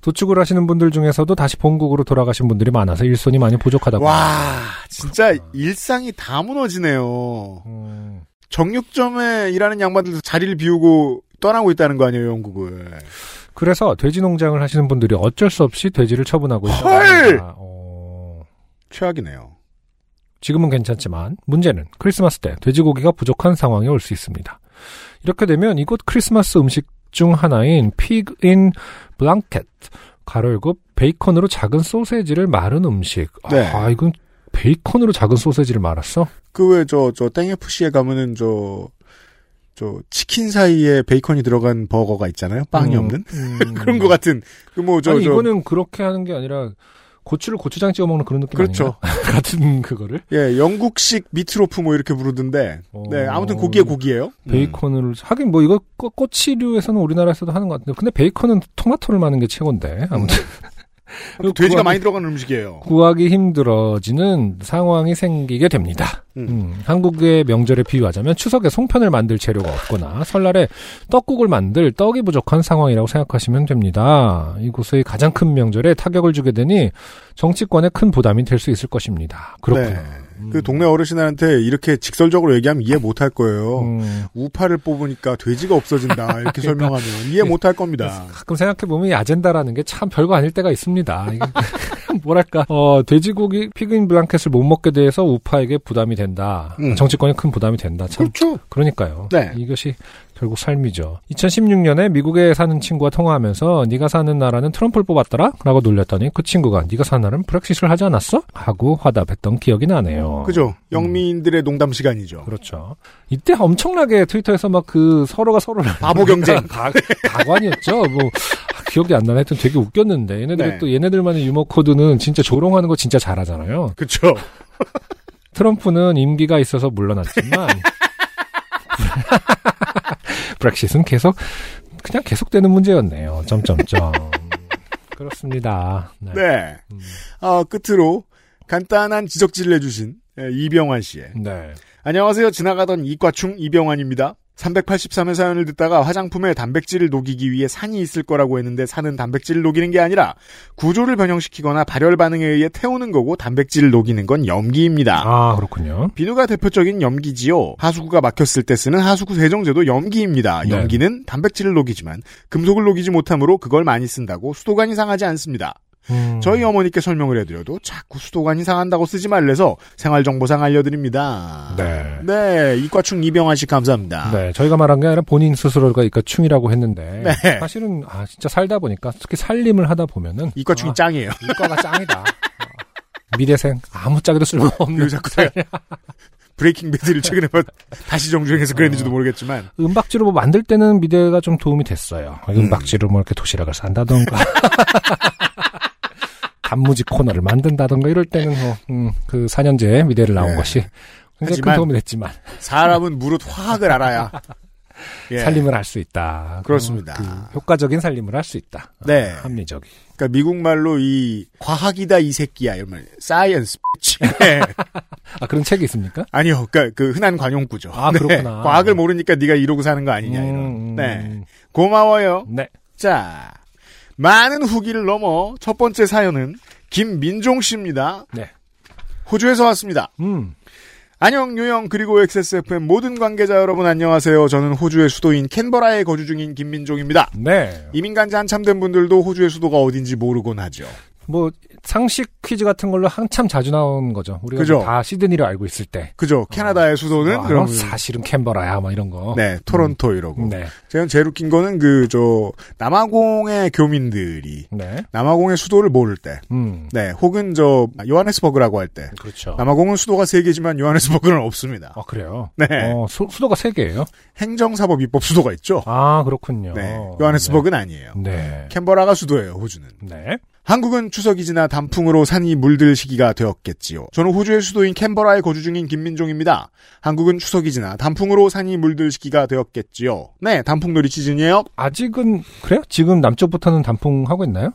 도축을 하시는 분들 중에서도 다시 본국으로 돌아가신 분들이 많아서 일손이 많이 부족하다고.
와, 진짜 일상이 다 무너지네요.
음,
정육점에 일하는 양반들도 자리를 비우고 떠나고 있다는 거 아니에요, 영국을.
그래서 돼지 농장을 하시는 분들이 어쩔 수 없이 돼지를 처분하고 있다고
헐!
합니다. 어,
최악이네요.
지금은 괜찮지만 문제는 크리스마스 때 돼지고기가 부족한 상황이 올 수 있습니다. 이렇게 되면 이곳 크리스마스 음식 중 하나인 pig in blanket 가로 열고 베이컨으로 작은 소세지를 마른 음식.
네.
아 이건 베이컨으로 작은 소세지를 말았어?
그 외 저, 저, 땡FC에 가면은 저, 저, 치킨 사이에 베이컨이 들어간 버거가 있잖아요? 빵이
음,
없는?
음.
그런 것 같은. 그 뭐, 저,
아니
저.
이거는 그렇게 하는 게 아니라 고추를 고추장 찍어 먹는 그런 느낌
그렇죠.
아닌가? 같은 그거를
예, 영국식 미트로프 뭐 이렇게 부르던데.
어.
네, 아무튼 고기에 고기예요
음. 베이컨으로 하긴 뭐 이거 꼬- 꼬치류에서는 우리나라에서도 하는 것 같은데 근데 베이컨은 토마토를 마는 게 최고인데 아무튼
음. 돼지가 많이 들어가는 음식이에요.
구하기 힘들어지는 상황이 생기게 됩니다.
음.
음, 한국의 명절에 비유하자면 추석에 송편을 만들 재료가 없거나 설날에 떡국을 만들 떡이 부족한 상황이라고 생각하시면 됩니다. 이곳의 가장 큰 명절에 타격을 주게 되니 정치권에 큰 부담이 될 수 있을 것입니다. 그렇군요. 음.
네. 그 동네 어르신한테 이렇게 직설적으로 얘기하면 이해 못할 거예요.
음,
우파를 뽑으니까 돼지가 없어진다 이렇게 네. 설명하면 이해 못할 겁니다.
가끔 생각해보면 이 아젠다라는 게 참 별거 아닐 때가 있습니다. 이게 뭐랄까 어, 돼지고기 피그인 블랑켓을 못 먹게 돼서 우파에게 부담이 된다.
음.
정치권에 큰 부담이 된다. 참
그렇죠.
그러니까요.
네.
이것이 결국 삶이죠. 2016년에 미국에 사는 친구와 통화하면서 네가 사는 나라는 트럼프를 뽑았더라? 라고 놀렸더니 그 친구가 네가 사는 나라는 브렉시트를 하지 않았어? 하고 화답했던 기억이 나네요.
그죠. 영미인들의 농담 시간이죠.
그렇죠. 이때 엄청나게 트위터에서 막 그 서로가 서로를
바보 경쟁.
가, 가관이었죠. 뭐 아, 기억이 안 나네. 하여튼 되게 웃겼는데 얘네들
네.
또 얘네들만의 유머 코드는 진짜 조롱하는 거 진짜 잘하잖아요.
그렇죠.
트럼프는 임기가 있어서 물러났지만 브렉시트는 계속 그냥 계속되는 문제였네요. 점점점 그렇습니다. 네.
네.
음.
어, 끝으로 간단한 지적질을 해주신 예, 이병환 씨의
네.
안녕하세요. 지나가던 이과충 이병환입니다. 383회 사연을 듣다가 화장품에 단백질을 녹이기 위해 산이 있을 거라고 했는데 산은 단백질을 녹이는 게 아니라 구조를 변형시키거나 발열 반응에 의해 태우는 거고 단백질을 녹이는 건 염기입니다.
아 그렇군요.
비누가 대표적인 염기지요. 하수구가 막혔을 때 쓰는 하수구 세정제도 염기입니다.
네.
염기는 단백질을 녹이지만 금속을 녹이지 못하므로 그걸 많이 쓴다고 수도관이 상하지 않습니다.
음.
저희 어머니께 설명을 해드려도 자꾸 수도관이 상한다고 쓰지 말래서 생활정보상 알려드립니다.
네.
네, 이과충 이병환 씨 감사합니다.
네, 저희가 말한 게 아니라 본인 스스로가 이까 충이라고 했는데
네.
사실은 아 진짜 살다 보니까 특히 살림을 하다 보면은
이과충이
아,
짱이에요.
이과가 짱이다. 아, 미대생 아무 짝에도 쓸모없는
왜 자꾸 다-
네.
브레이킹 배드를 최근에 봤- 다시 정주행해서 그랬는지도 모르겠지만
은박지로 뭐 만들 때는 미대가 좀 도움이 됐어요.
음.
은박지로 뭐 이렇게 도시락을 싼다던가. 단무지 코너를 만든다던가 이럴 때는 뭐, 음, 그 4년제 미대를 나온
네.
것이 굉장히 큰
하지만
도움이 됐지만
사람은 무릇 화학을 알아야 예.
살림을 할 수 있다.
그렇습니다.
그 효과적인 살림을 할 수 있다.
네.
아, 합리적인.
그러니까 미국 말로 이 과학이다 이 새끼야 이런 말 사이언스 예.
아 그런 책이 있습니까?
아니요, 그러니까 그 흔한 관용구죠. 네.
아, 그렇구나.
과학을 모르니까 네가 이러고 사는 거 아니냐 이런.
음,
예, 네, 고마워요.
네.
자, 많은 후기를 넘어 첫 번째 사연은 김민종 씨입니다.
네.
호주에서 왔습니다.
음.
안녕, 유영, 그리고 XSFM 모든 관계자 여러분 안녕하세요. 저는 호주의 수도인 캔버라에 거주 중인 김민종입니다.
네.
이민간 지 한참 된 분들도 호주의 수도가 어딘지 모르곤 하죠.
뭐 상식 퀴즈 같은 걸로 한참 자주 나온 거죠. 우리가
그죠.
다 시드니를 알고 있을 때.
그죠? 캐나다의 수도는
아,
그럼
사실은 캔버라야 막 이런 거.
네, 토론토 이러고.
어. 네.
제가 제일 웃긴 거는 그 저 남아공의 교민들이
네.
남아공의 수도를 모를 때,
음.
네, 혹은 저 요하네스버그라고 할 때,
그렇죠.
남아공은 수도가 세 개지만 요하네스버그는 없습니다.
아, 그래요?
네.
어, 수, 도가세 개예요?
행정사법 입법 수도가 있죠.
아, 그렇군요.
네, 요하네스버그는 아니에요.
네.
캔버라가 수도예요, 호주는.
네.
한국은 추석이 지나 단풍으로 산이 물들 시기가 되었겠지요. 저는 호주의 수도인 캔버라에 거주 중인 김민종입니다. 한국은 추석이 지나 단풍으로 산이 물들 시기가 되었겠지요. 네, 단풍놀이 시즌이에요.
아직은 그래요? 지금 남쪽부터는 단풍 하고 있나요?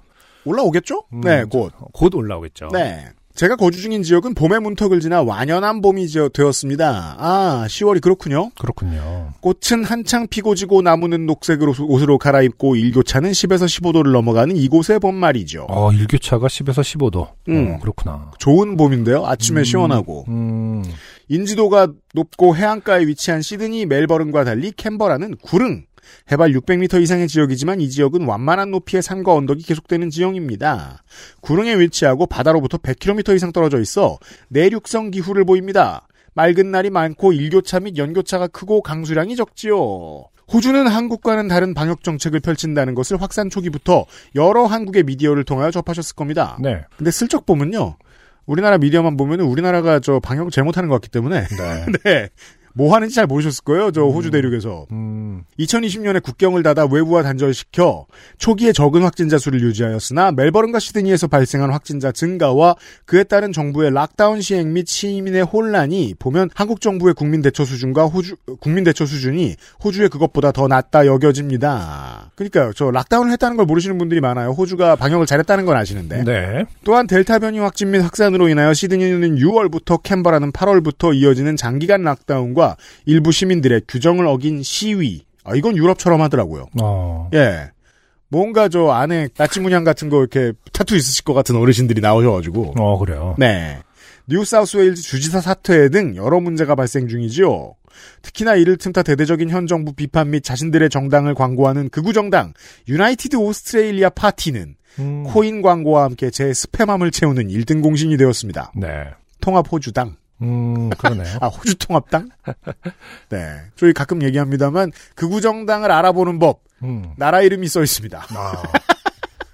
올라오겠죠?
음,
네, 곧.
곧 올라오겠죠.
네. 제가 거주 중인 지역은 봄의 문턱을 지나 완연한 봄이 지어- 되었습니다. 아, 10월이 그렇군요.
그렇군요.
꽃은 한창 피고 지고 나무는 녹색으로 수- 옷으로 갈아입고 일교차는 10에서 15도를 넘어가는 이곳의 봄 말이죠.
어, 일교차가 10에서 15도.
음.
어, 그렇구나.
좋은 봄인데요. 아침에
음.
시원하고
음.
인지도가 높고 해안가에 위치한 시드니, 멜버른과 달리 캔버라는 구릉. 해발 600m 이상의 지역이지만 이 지역은 완만한 높이의 산과 언덕이 계속되는 지형입니다. 구릉에 위치하고 바다로부터 100km 이상 떨어져 있어 내륙성 기후를 보입니다. 맑은 날이 많고 일교차 및 연교차가 크고 강수량이 적지요. 호주는 한국과는 다른 방역 정책을 펼친다는 것을 확산 초기부터 여러 한국의 미디어를 통하여 접하셨을 겁니다.
네.
근데 슬쩍 보면요. 우리나라 미디어만 보면은 우리나라가 저 방역 을 잘못하는 것 같기 때문에
네.
네. 뭐 하는지 잘 모르셨을 거예요. 저 호주 대륙에서.
음.
2020년에 국경을 닫아 외부와 단절시켜 초기에 적은 확진자 수를 유지하였으나 멜버른과 시드니에서 발생한 확진자 증가와 그에 따른 정부의 락다운 시행 및 시민의 혼란이 보면 한국 정부의 국민 대처 수준과 호주 국민 대처 수준이 호주의 그것보다 더 낮다 여겨집니다. 그러니까요. 저 락다운을 했다는 걸 모르시는 분들이 많아요. 호주가 방역을 잘했다는 건 아시는데.
네.
또한 델타 변이 확진 및 확산으로 인하여 시드니는 6월부터 캔버라는 8월부터 이어지는 장기간 락다운과 일부 시민들의 규정을 어긴 시위. 아, 이건 유럽처럼 하더라고요.
어.
예. 뭔가 저 안에 나치문양 같은 거 이렇게 타투 있으실 것 같은 어르신들이 나오셔가지고.
어, 그래요.
네. 뉴사우스웨일즈 주지사 사퇴 등 여러 문제가 발생 중이지요. 특히나 이를틈타 대대적인 현 정부 비판 및 자신들의 정당을 광고하는 극우 정당 유나이티드 오스트레일리아 파티는
음,
코인 광고와 함께 제 스팸함을 채우는 1등 공신이 되었습니다.
네.
통합 호주당.
음, 그러네요.
아, 호주 통합당? 네. 저희 가끔 얘기합니다만 극우 정당을 알아보는 법
음.
나라 이름이 써 있습니다.
아,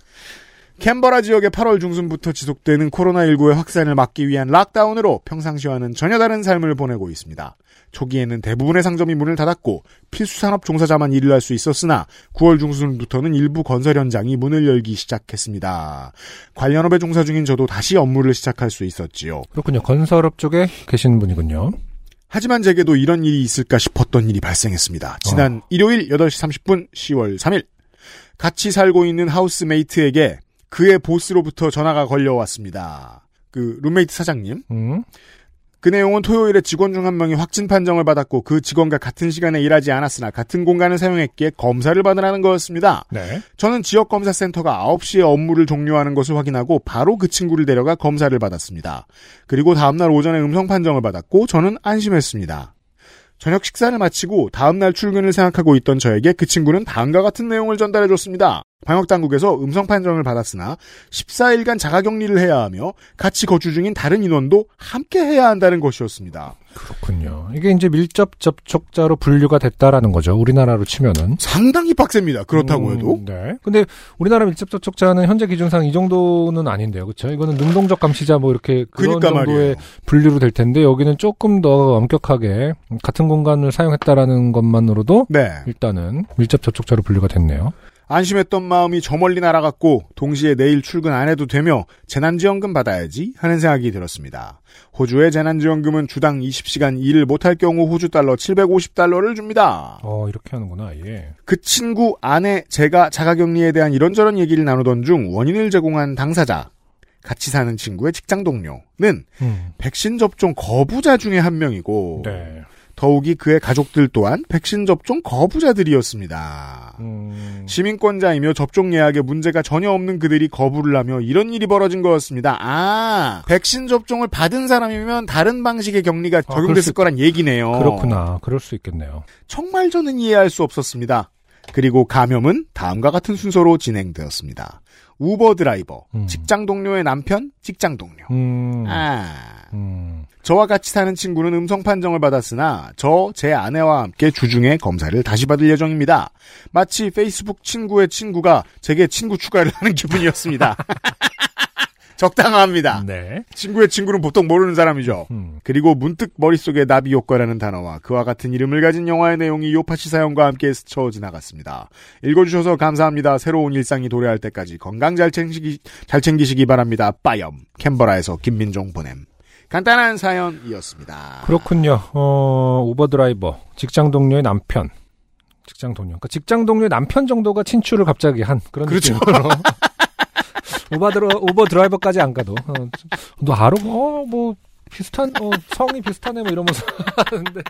캔버라 지역의 8월 중순부터 지속되는 코로나19의 확산을 막기 위한 락다운으로 평상시와는 전혀 다른 삶을 보내고 있습니다. 초기에는 대부분의 상점이 문을 닫았고 필수산업 종사자만 일을 할 수 있었으나 9월 중순부터는 일부 건설 현장이 문을 열기 시작했습니다. 관련업에 종사 중인 저도 다시 업무를 시작할 수 있었지요.
그렇군요. 건설업 쪽에 계신 분이군요.
하지만 제게도 이런 일이 있을까 싶었던 일이 발생했습니다. 지난 일요일 8시 30분 10월 3일 같이 살고 있는 하우스메이트에게 그의 보스로부터 전화가 걸려왔습니다. 그 룸메이트 사장님.
음,
그 내용은 토요일에 직원 중 한 명이 확진 판정을 받았고 그 직원과 같은 시간에 일하지 않았으나 같은 공간을 사용했기에 검사를 받으라는 거였습니다.
네.
저는 지역검사센터가 9시에 업무를 종료하는 것을 확인하고 바로 그 친구를 데려가 검사를 받았습니다. 그리고 다음날 오전에 음성 판정을 받았고 저는 안심했습니다. 저녁 식사를 마치고 다음날 출근을 생각하고 있던 저에게 그 친구는 다음과 같은 내용을 전달해줬습니다. 방역당국에서 음성 판정을 받았으나 14일간 자가격리를 해야 하며 같이 거주 중인 다른 인원도 함께 해야 한다는 것이었습니다.
그렇군요. 이게 이제 밀접 접촉자로 분류가 됐다라는 거죠. 우리나라로 치면은.
상당히 빡셉니다. 그렇다고
음,
해도.
네. 근데 우리나라 밀접 접촉자는 현재 기준상 이 정도는 아닌데요. 그렇죠? 이거는 능동적 감시자 뭐 이렇게 그런
그러니까
정도의
말이에요.
분류로 될 텐데 여기는 조금 더 엄격하게 같은 공간을 사용했다라는 것만으로도
네.
일단은 밀접 접촉자로 분류가 됐네요.
안심했던 마음이 저 멀리 날아갔고 동시에 내일 출근 안 해도 되며 재난지원금 받아야지 하는 생각이 들었습니다. 호주의 재난지원금은 주당 20시간 일을 못할 경우 호주 달러 750달러를 줍니다.
어 이렇게 하는구나. 예.
그 친구 아내 제가 자가격리에 대한 이런저런 얘기를 나누던 중 원인을 제공한 당사자 같이 사는 친구의 직장 동료는
음.
백신 접종 거부자 중에 한 명이고
네.
더욱이 그의 가족들 또한 백신 접종 거부자들이었습니다.
음.
시민권자이며 접종 예약에 문제가 전혀 없는 그들이 거부를 하며 이런 일이 벌어진 거였습니다. 아, 백신 접종을 받은 사람이면 다른 방식의 격리가
아, 그럴 수
적용됐을
있-
거란 얘기네요.
그렇구나. 그럴 수 있겠네요.
정말 저는 이해할 수 없었습니다. 그리고 감염은 다음과 같은 순서로 진행되었습니다. 우버 드라이버,
음.
직장 동료의 남편, 직장 동료.
음.
아,
음.
저와 같이 사는 친구는 음성 판정을 받았으나 저 제 아내와 함께 주중에 검사를 다시 받을 예정입니다. 마치 페이스북 친구의 친구가 제게 친구 추가를 하는 기분이었습니다. 적당합니다.
네.
친구의 친구는 보통 모르는 사람이죠.
음.
그리고 문득 머릿속에 나비 효과라는 단어와 그와 같은 이름을 가진 영화의 내용이 요파시 사연과 함께 스쳐 지나갔습니다. 읽어주셔서 감사합니다. 새로운 일상이 도래할 때까지 건강 잘 챙기시기, 잘 챙기시기 바랍니다. 빠염. 캔버라에서 김민종 보냄. 간단한 사연이었습니다.
그렇군요. 어, 우버드라이버, 직장 동료의 남편. 직장 동료. 그러니까 직장 동료의 남편 정도가 친추를 갑자기 한 그런
그렇죠.
느낌으로. 우버드라, 우버드라이버까지 안 가도. 어, 너 알아? 어, 뭐, 비슷한, 어, 성이 비슷하네, 뭐 이러면서 하는데.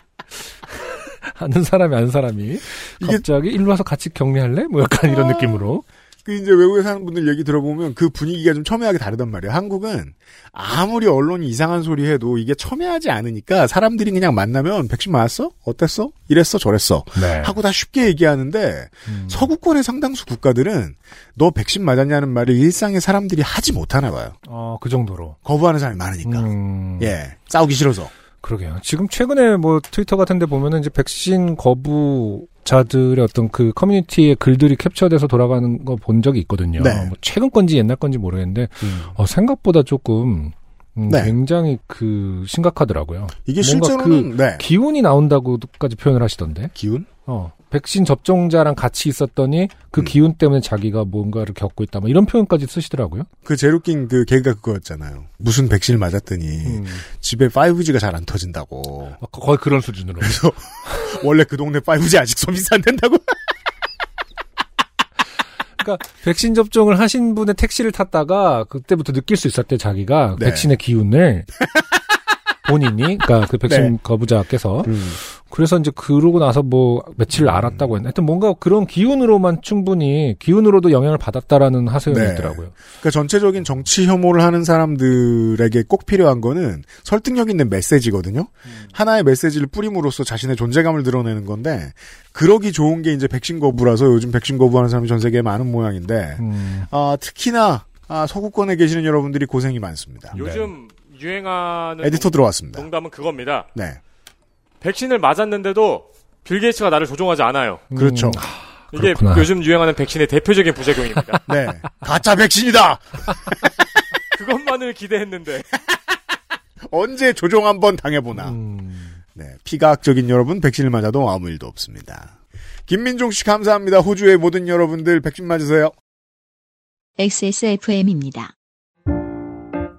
아는 사람이 아는 사람이 갑자기 일로 와서 같이 격리할래? 뭐 약간
아.
이런 느낌으로.
그 이제 외국에 사는 분들 얘기 들어보면 그 분위기가 좀 첨예하게 다르단 말이에요. 한국은 아무리 언론이 이상한 소리 해도 이게 첨예하지 않으니까 사람들이 그냥 만나면 백신 맞았어? 어땠어? 이랬어? 저랬어?
네. 음.
하고 다 쉽게 얘기하는데 서구권의 상당수 국가들은 너 백신 맞았냐는 말을 일상의 사람들이 하지 못하나 봐요.
어, 그 정도로.
거부하는 사람이 많으니까.
음.
예. 싸우기 싫어서.
그러게요. 지금 최근에 뭐 트위터 같은 데 보면은 이제 백신 거부자들의 어떤 그 커뮤니티의 글들이 캡처돼서 돌아가는 거 본 적이 있거든요.
네.
뭐 최근 건지 옛날 건지 모르겠는데 어, 생각보다 조금 음,
네.
굉장히 그 심각하더라고요.
이게
뭔가 그
실제로는 네.
기운이 나온다고까지 표현을 하시던데.
기운?
어, 백신 접종자랑 같이 있었더니 그
음.
기운 때문에 자기가 뭔가를 겪고 있다. 뭐 이런 표현까지 쓰시더라고요.
그 제로킹 그 개그가 그거였잖아요. 무슨 백신을 맞았더니
음.
집에 5G가 잘 안 터진다고.
거의 그런 수준으로.
원래 그 동네 5G 아직 서비스 안 된다고.
그러니까 백신 접종을 하신 분의 택시를 탔다가 그때부터 느낄 수 있었대 자기가
네.
백신의 기운을 본인이 그러니까 그 백신 거부자께서 그래서 이제 그러고 나서 뭐 며칠 알았다고 했나 하여튼 뭔가 그런 기운으로만 충분히 기운으로도 영향을 받았다라는 하소연이
네.
있더라고요.
그러니까 전체적인 정치 혐오를 하는 사람들에게 꼭 필요한 거는 설득력 있는 메시지거든요. 하나의 메시지를 뿌림으로써 자신의 존재감을 드러내는 건데 그러기 좋은 게 이제 백신 거부라서 요즘 백신 거부하는 사람이 전 세계에 많은 모양인데
음.
아, 특히나 아, 서구권에 계시는 여러분들이 고생이 많습니다. 네.
요즘 유행하는
에디터 들어왔습니다.
농담은 그겁니다.
네,
백신을 맞았는데도 빌 게이츠가 나를 조종하지 않아요.
그렇죠.
이게
그렇구나.
요즘 유행하는 백신의 대표적인 부작용입니다.
네, 가짜 백신이다.
그것만을 기대했는데
언제 조종 한번
음.
당해보나. 네, 피가학적인 여러분 백신을 맞아도 아무 일도 없습니다. 김민종 씨 감사합니다. 호주의 모든 여러분들 백신 맞으세요.
XSFM입니다.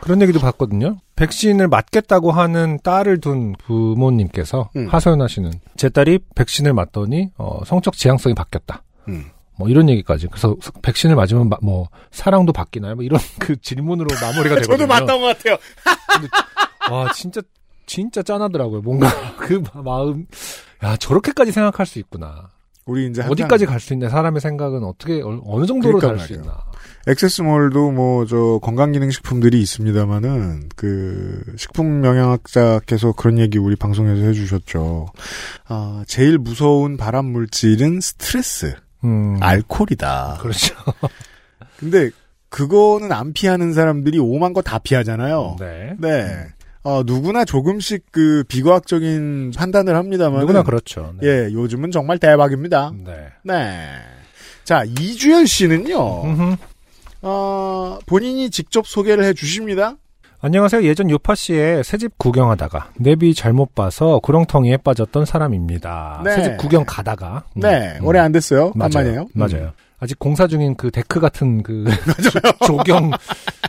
그런 얘기도 봤거든요. 백신을 맞겠다고 하는 딸을 둔 부모님께서
음.
하소연하시는 제 딸이 백신을 맞더니 어, 성적 지향성이 바뀌었다.
음.
뭐 이런 얘기까지. 그래서 백신을 맞으면 마- 뭐 사랑도 바뀌나요? 뭐 이런 그 질문으로 마무리가 되거든요.
저도 맞다온 것 같아요.
와 진짜 진짜 짠하더라고요. 뭔가 그 마- 마음 야 저렇게까지 생각할 수 있구나.
우리 이제
어디까지 갈 수 있나 사람의 생각은 어떻게 어, 어느 정도로
네, 그러니까
갈 수
말이에요.
있나.
액세스몰도 뭐 저 건강기능식품들이 있습니다마는 그 식품 영양학자께서 그런 얘기 우리 방송에서 해주셨죠. 아 제일 무서운 발암 물질은 스트레스,
음.
아, 알코올이다.
그렇죠.
근데 그거는 안 피하는 사람들이 오만 거 다 피하잖아요.
네.
네. 어, 누구나 조금씩 그 비과학적인 판단을 합니다만.
누구나 그렇죠. 네.
예, 요즘은 정말 대박입니다.
네.
네. 자, 이주연 씨는요,
음흠.
어, 본인이 직접 소개를 해 주십니다.
음. 안녕하세요. 예전 요파 씨의 새집 구경하다가 내비 잘못 봐서 구렁텅이에 빠졌던 사람입니다.
네.
새집 구경 가다가 음,
네,
음.
오래 안 됐어요.
맞아요.
간만이에요. 음.
맞아요. 아직 공사 중인 그 데크 같은 그 조, 경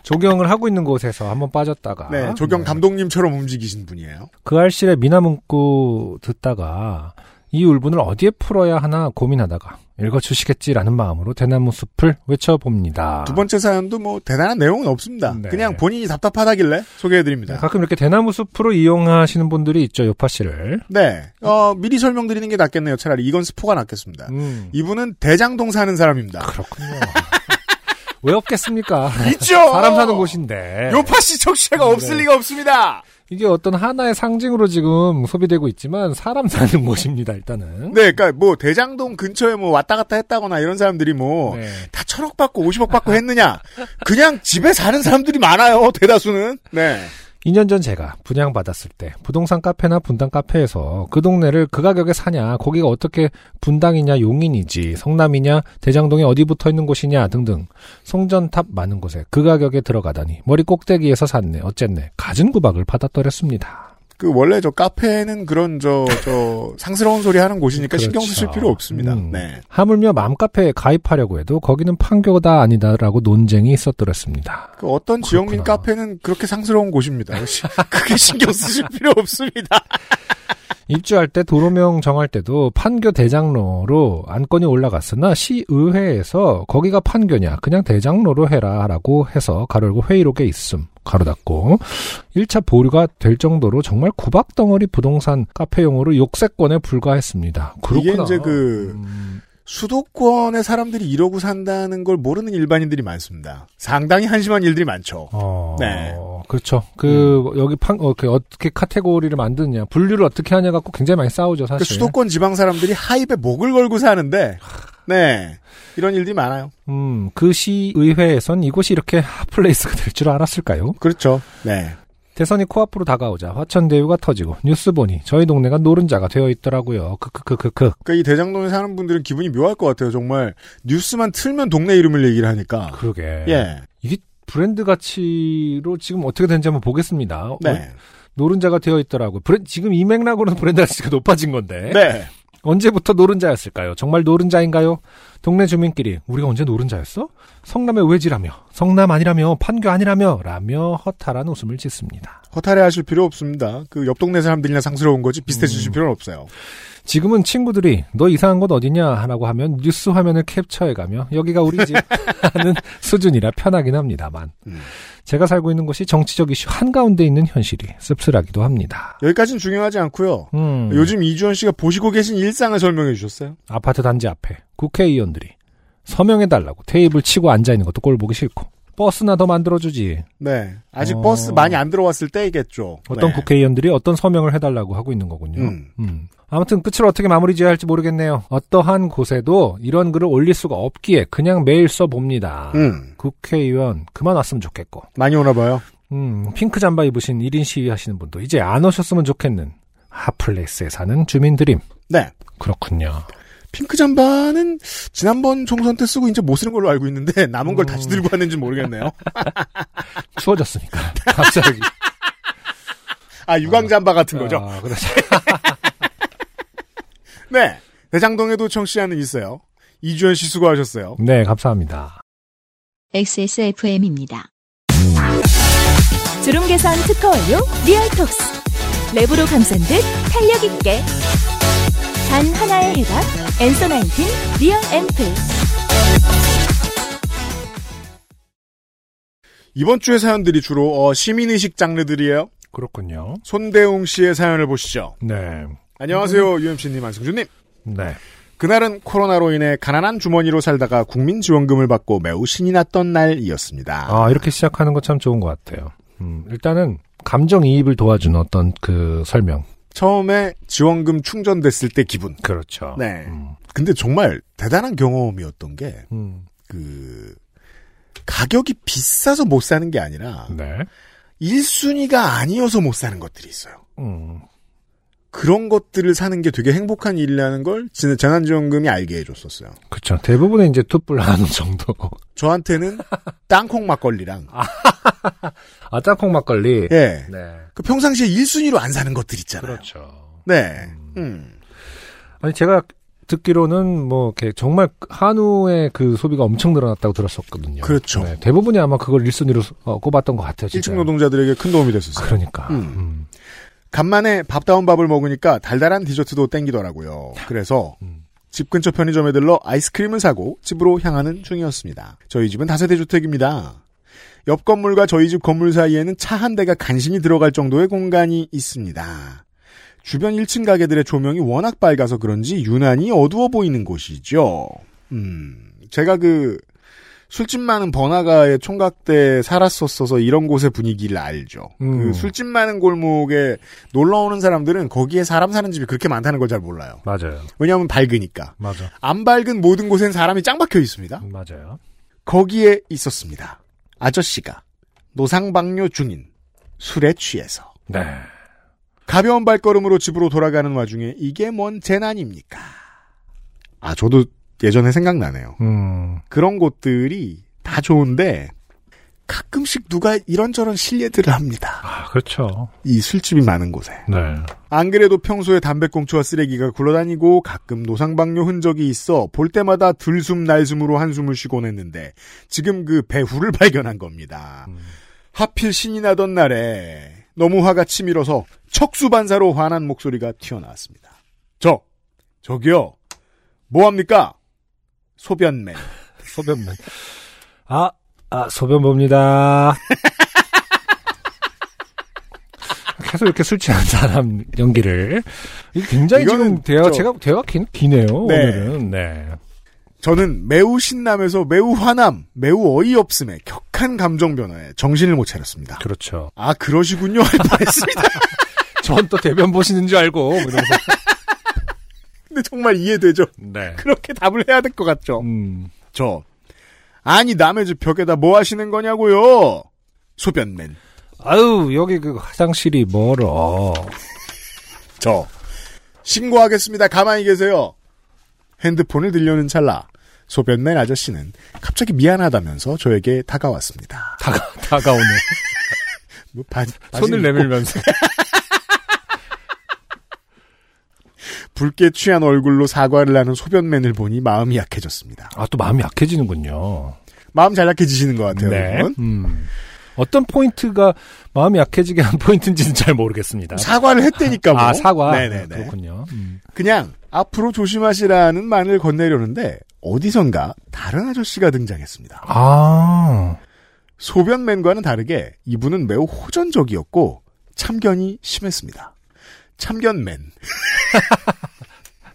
조경을 하고 있는 곳에서 한번 빠졌다가
네, 조경
네.
감독님처럼 움직이신 분이에요.
그 알실에 미나문구 듣다가 이 울분을 어디에 풀어야 하나 고민하다가 읽어주시겠지라는 마음으로 대나무 숲을 외쳐봅니다.
두 번째 사연도 뭐 대단한 내용은 없습니다.
아. 네.
그냥 본인이 답답하다길래 소개해 드립니다.
가끔 이렇게 대나무 숲으로 이용하시는 분들이 있죠, 요파 씨를.
네, 어, 미리 설명드리는 게 낫겠네요. 차라리 이건 스포가 낫겠습니다.
음.
이분은 대장동 사는 사람입니다.
그렇군요. 왜 없겠습니까?
있죠.
사람 사는 곳인데
요파 씨 청취자가 없을
네.
리가 없습니다.
이게 어떤 하나의 상징으로 지금 소비되고 있지만 사람 사는 곳입니다 일단은.
네, 그러니까 뭐 대장동 근처에 뭐 왔다 갔다 했다거나 이런 사람들이 뭐 다
네.
천억 받고 50억 받고 했느냐? 그냥 집에 사는 사람들이 많아요. 대다수는. 네.
2년 전 제가 분양받았을 때 부동산 카페나 분당 카페에서 그 동네를 그 가격에 사냐, 거기가 어떻게 분당이냐, 용인이지, 성남이냐, 대장동에 어디 붙어 있는 곳이냐 등등 송전탑 많은 곳에 그 가격에 들어가다니 머리 꼭대기에서 샀네, 어쨌네 가진 구박을 받았더랬습니다.
그 원래 저 카페는 그런 저 저 상스러운 소리 하는 곳이니까 신경
그렇죠.
쓰실 필요 없습니다.
음.
네.
하물며 맘카페에 가입하려고 해도 거기는 판교다 아니다라고 논쟁이 있었더랬습니다.
그 어떤 지역민
그렇구나.
카페는 그렇게 상스러운 곳입니다. 역시 그게 신경 쓰실 필요 없습니다.
입주할 때 도로명 정할 때도 판교 대장로로 안건이 올라갔으나 시의회에서 거기가 판교냐 그냥 대장로로 해라라고 해서 가로열고 회의록에 있음 가로 닫고 1차 보류가 될 정도로 정말 구박덩어리 부동산 카페용으로 욕세권에 불과했습니다.
이게
그렇구나.
이제 그-
음,
수도권의 사람들이 이러고 산다는 걸 모르는 일반인들이 많습니다. 상당히 한심한 일들이 많죠.
어,
네. 음.
그렇죠. 그 여기 판 어, 그 어떻게 카테고리를 만드냐 분류를 어떻게 하냐 갖고 굉장히 많이 싸우죠
그
사실.
수도권 지방 사람들이 하입에 목을 걸고 사는데, 네. 이런 일들이 많아요.
음, 그 시의회에선 이곳이 이렇게 핫플레이스가 될 줄 알았을까요?
그렇죠. 네.
대선이 코앞으로 다가오자 화천대유가 터지고 뉴스 보니 저희 동네가 노른자가 되어 있더라고요. 크크크크크.
그니까 그러니까 이 대장동에 사는 분들은 기분이 묘할 것 같아요. 정말. 뉴스만 틀면 동네 이름을 얘기를 하니까.
그러게.
예.
이게 브랜드 가치로 지금 어떻게 되는지 한번 보겠습니다. 어,
네.
노른자가 되어 있더라고요. 브랜- 지금 이 맥락으로는 브랜드 가치가 높아진 건데.
네.
언제부터 노른자였을까요? 정말 노른자인가요? 동네 주민끼리 우리가 언제 노른자였어? 성남의 외지라며 성남 아니라며 판교 아니라며 라며 허탈한 웃음을 짓습니다.
허탈해 하실 필요 없습니다. 그 옆 동네 사람들이나 상스러운 거지
음.
비슷해 주실 필요는 없어요.
지금은 친구들이 너 이상한 곳 어디냐 하라고 하면 뉴스 화면을 캡처해가며 여기가 우리 집 하는 수준이라 편하긴 합니다만
음.
제가 살고 있는 곳이 정치적 이슈 한가운데 있는 현실이 씁쓸하기도 합니다.
여기까지는 중요하지 않고요.
음,
요즘 이주원 씨가 보시고 계신 일상을 설명해 주셨어요.
아파트 단지 앞에 국회의원들이 서명해달라고 테이블 치고 앉아있는 것도 꼴 보기 싫고 버스나 더 만들어주지
네. 아직
어.
버스 많이 안 들어왔을 때이겠죠.
어떤
네.
국회의원들이 어떤 서명을 해달라고 하고 있는 거군요.
음.
음. 아무튼 끝을 어떻게 마무리 지어야 할지 모르겠네요. 어떠한 곳에도 이런 글을 올릴 수가 없기에 그냥 매일 써봅니다.
음.
국회의원 그만 왔으면 좋겠고
많이 오나 봐요.
음, 핑크 잠바 입으신 1인 시위 하시는 분도 이제 안 오셨으면 좋겠는 핫플렉스에 사는 주민들임.
네.
그렇군요.
핑크 잠바는 지난번 총선 때 쓰고 이제 못 쓰는 걸로 알고 있는데 남은 걸
음.
다시 들고 왔는지 모르겠네요.
추워졌으니까 갑자기
아, 유광 잠바 같은 거죠.
아, 그렇죠.
네. 대장동에도 청취자는 있어요. 이주연 씨 수고하셨어요.
네, 감사합니다.
XSFM입니다.
주름 개선 특허 완료 리얼톡스 랩으로 감싼 듯 탄력 있게 단 하나의 해답 엔서 나인틴 리얼 앰플
이번 주의 사연들이 주로 어, 시민의식 장르들이에요.
그렇군요.
손대웅 씨의 사연을 보시죠.
네,
안녕하세요. UMC님, 안승준님.
네.
그날은 코로나로 인해 가난한 주머니로 살다가 국민지원금을 받고 매우 신이 났던 날이었습니다.
아, 이렇게 시작하는 거 참 좋은 것 같아요. 음, 일단은 감정이입을 도와주는 어떤 그 설명.
처음에 지원금 충전됐을 때 기분.
그렇죠.
네.
음,
근데 정말 대단한 경험이었던 게,
음,
그, 가격이 비싸서 못 사는 게 아니라,
네.
1순위가 아니어서 못 사는 것들이 있어요.
음,
그런 것들을 사는 게 되게 행복한 일이라는 걸 진- 재난지원금이 알게 해줬었어요.
그렇죠. 대부분은 이제 투뿔 하는 정도.
저한테는 땅콩 막걸리랑,
아, 짝콩 막걸리.
예.
네.
그 평상시에 1순위로 안 사는 것들 있잖아요.
그렇죠.
네. 음.
아니 제가 듣기로는 뭐 이렇게 정말 한우의 그 소비가 엄청 늘어났다고 들었었거든요.
그렇죠.
네, 대부분이 아마 그걸 일순위로 어, 꼽았던 것 같아요. 진짜.
일층 노동자들에게 큰 도움이 됐었어요.
그러니까.
음.
음.
간만에 밥다운 밥을 먹으니까 달달한 디저트도 땡기더라고요. 그래서
음.
집 근처 편의점에 들러 아이스크림을 사고 집으로 향하는 중이었습니다. 저희 집은 다세대 주택입니다. 옆 건물과 저희 집 건물 사이에는 차 한 대가 간신히 들어갈 정도의 공간이 있습니다. 주변 1층 가게들의 조명이 워낙 밝아서 그런지 유난히 어두워 보이는 곳이죠. 음, 제가 그 술집 많은 번화가의 총각 때 살았었어서 이런 곳의 분위기를 알죠.
음.
그 술집 많은 골목에 놀러 오는 사람들은 거기에 사람 사는 집이 그렇게 많다는 걸 잘 몰라요.
맞아요.
왜냐하면 밝으니까.
맞아.
안 밝은 모든 곳엔 사람이 짱 박혀 있습니다.
맞아요.
거기에 있었습니다. 아저씨가 노상방뇨 중인 술에 취해서
네.
가벼운 발걸음으로 집으로 돌아가는 와중에 이게 뭔 재난입니까? 아 저도 예전에 생각나네요.
음.
그런 곳들이 다 좋은데 가끔씩 누가 이런저런 실례들을 합니다.
아, 그렇죠.
이 술집이 많은 곳에.
네.
안 그래도 평소에 담배꽁초와 쓰레기가 굴러다니고 가끔 노상방뇨 흔적이 있어 볼 때마다 들숨 날숨으로 한숨을 쉬곤 했는데 지금 그 배후를 발견한 겁니다. 하필 신이 나던 날에 너무 화가 치밀어서 척수반사로 화난 목소리가 튀어나왔습니다. 저 저기요 뭐합니까 소변맨
소변만. 아, 아, 소변 봅니다. 계속 이렇게 술 취한 사람 연기를. 이게 굉장히 지금
이거는
대화,
저-
제가 대화 기네요,
네.
오늘은. 네.
저는 매우 신남에서 매우 화남, 매우 어이없음에 격한 감정 변화에 정신을 못 차렸습니다.
그렇죠.
아 그러시군요 할 뻔했습니다.
전 또 대변 보시는 줄 알고. 뭐 이러면서.
근데 정말 이해되죠.
네.
그렇게 답을 해야 될 것 같죠.
음.
저 아니 남의 집 벽에다 뭐 하시는 거냐고요. 소변맨
아유, 여기 그 화장실이 멀어.
저 신고하겠습니다. 가만히 계세요. 핸드폰을 들려는 찰나 소변맨 아저씨는 갑자기 미안하다면서 저에게 다가왔습니다.
다가, 다가오네.
뭐 바-
손을
바지 입고
내밀면서.
붉게 취한 얼굴로 사과를 하는 소변맨을 보니 마음이 약해졌습니다.
아, 또 마음이 약해지는군요. 네.
마음 잘 약해지시는 것 같아요. 여러분.
음. 어떤 포인트가 마음이 약해지게 한 포인트인지는 잘 모르겠습니다.
사과를 했다니까 뭐.
아, 사과.
네네네.
그렇군요. 음.
그냥 앞으로 조심하시라는 말을 건네려는데 어디선가 다른 아저씨가 등장했습니다.
아,
소변맨과는 다르게 이분은 매우 호전적이었고 참견이 심했습니다. 참견맨.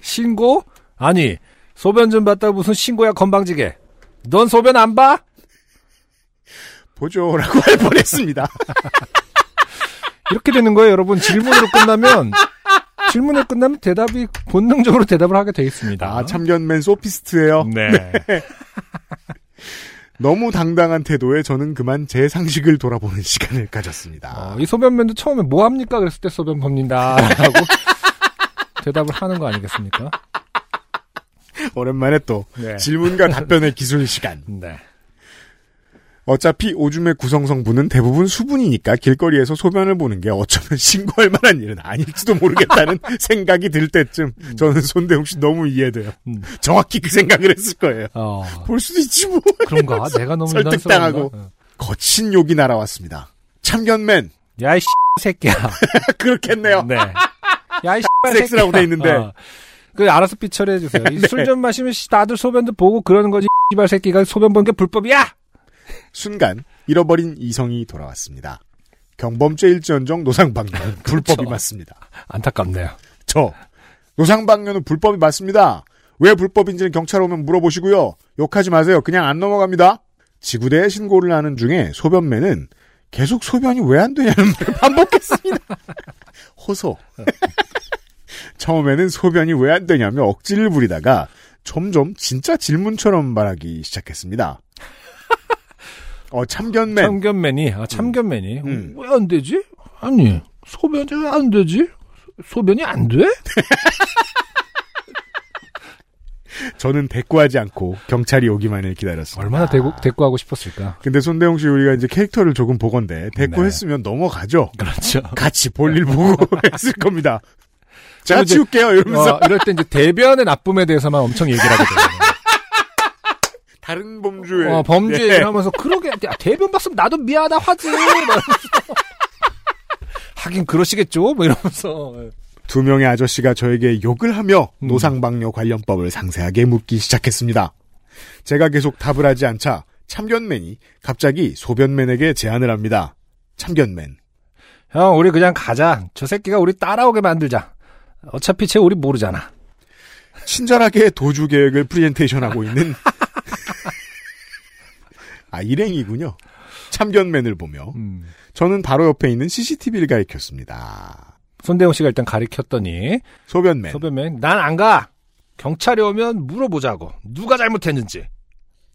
신고? 아니, 소변 좀 봤다고 무슨 신고야, 건방지게. 넌 소변 안 봐?
보조라고 할 뻔했습니다.
이렇게 되는 거예요, 여러분. 질문으로 끝나면, 질문으로 끝나면 대답이 본능적으로 대답을 하게 돼 있습니다.
아, 참견맨 소피스트예요.
네.
너무 당당한 태도에 저는 그만 제 상식을 돌아보는 시간을 가졌습니다.
어, 이 소변면도 처음에 뭐 합니까? 그랬을 때 소변 법니다. 라고 대답을 하는 거 아니겠습니까?
오랜만에 또
네.
질문과 답변의 기술 시간.
네.
어차피 오줌의 구성성분은 대부분 수분이니까 길거리에서 소변을 보는 게 어쩌면 신고할 만한 일은 아닐지도 모르겠다는 생각이 들 때쯤 저는 손대웅 씨 너무 이해돼요.
음.
정확히 그 생각을 했을 거예요.
어,
볼 수도 있지 뭐.
그런가? 내가 너무
설득당하고.
유난스러운가? 어.
거친 욕이 날아왔습니다. 참견맨
야, 이씨 새끼야.
그렇겠네요.
네. 야, 이씨
섹스라고 돼 있는데. 네.
그 알아서 삐처리해 주세요. 술 좀 마시면 씨, 다들 소변도 보고 그러는 거지. 씨발 새끼가 소변 보는 게 불법이야.
순간 잃어버린 이성이 돌아왔습니다. 경범죄일지언정 노상방뇨는 불법이 맞습니다.
안타깝네요.
저 노상방뇨는 불법이 맞습니다. 왜 불법인지는 경찰 오면 물어보시고요. 욕하지 마세요. 그냥 안 넘어갑니다. 지구대에 신고를 하는 중에 소변맨은 계속 소변이 왜 안 되냐는 말을 반복했습니다. 호소. 처음에는 소변이 왜 안 되냐며 억지를 부리다가 점점 진짜 질문처럼 말하기 시작했습니다. 어 참견맨.
참견맨이 아 참견맨이
음.
왜 안 되지? 아니 소변이 왜 안 되지? 소- 소변이 안 돼?
저는 대꾸하지 않고 경찰이 오기만을 기다렸습니다.
얼마나 대꾸, 대꾸하고 싶었을까?
근데 손대웅 씨 우리가 이제 캐릭터를 조금 보건데
네.
대꾸했으면 넘어가죠.
그렇죠.
같이 볼일 보고 했을 겁니다.
그리고
제가
이제-
치울게요 이러면서
어, 이럴 때 이제 대변의 나쁨에 대해서만 엄청 얘기를 하게 돼요.
다른 범주에
어, 범죄
예.
얘기를 하면서 그러게 야, 대변 봤으면 나도 미안하다 화지. 막 이러면서. 하긴 그러시겠죠? 뭐 이러면서
두 명의 아저씨가 저에게 욕을 하며
음.
노상방뇨 관련법을 상세하게 묻기 시작했습니다. 제가 계속 답을 하지 않자 참견맨이 갑자기 소변맨에게 제안을 합니다. 참견맨
형 우리 그냥 가자. 저 새끼가 우리 따라오게 만들자. 어차피 쟤 우리 모르잖아.
친절하게 도주 계획을 프리젠테이션하고 있는 아 일행이군요. 참견맨을 보며
음.
저는 바로 옆에 있는 CCTV를 가리켰습니다.
손대웅 씨가 일단 가리켰더니 네.
소변맨.
소변맨 난 안 가. 경찰이 오면 물어보자고. 누가 잘못했는지.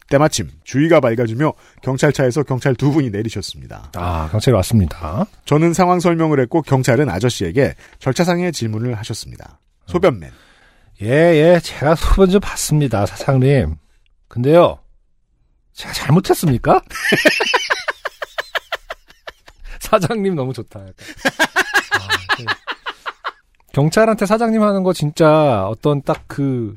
때마침 주의가 밝아지며 경찰차에서 경찰 두 분이 내리셨습니다.
아, 경찰이 왔습니다.
저는 상황 설명을 했고 경찰은 아저씨에게 절차상의 질문을 하셨습니다. 소변맨.
예, 예. 제가 소변 좀 봤습니다, 사장님. 근데요. 제가 잘못했습니까? 사장님 너무 좋다. 약간. 아, 네. 경찰한테 사장님 하는 거 진짜 어떤 딱 그,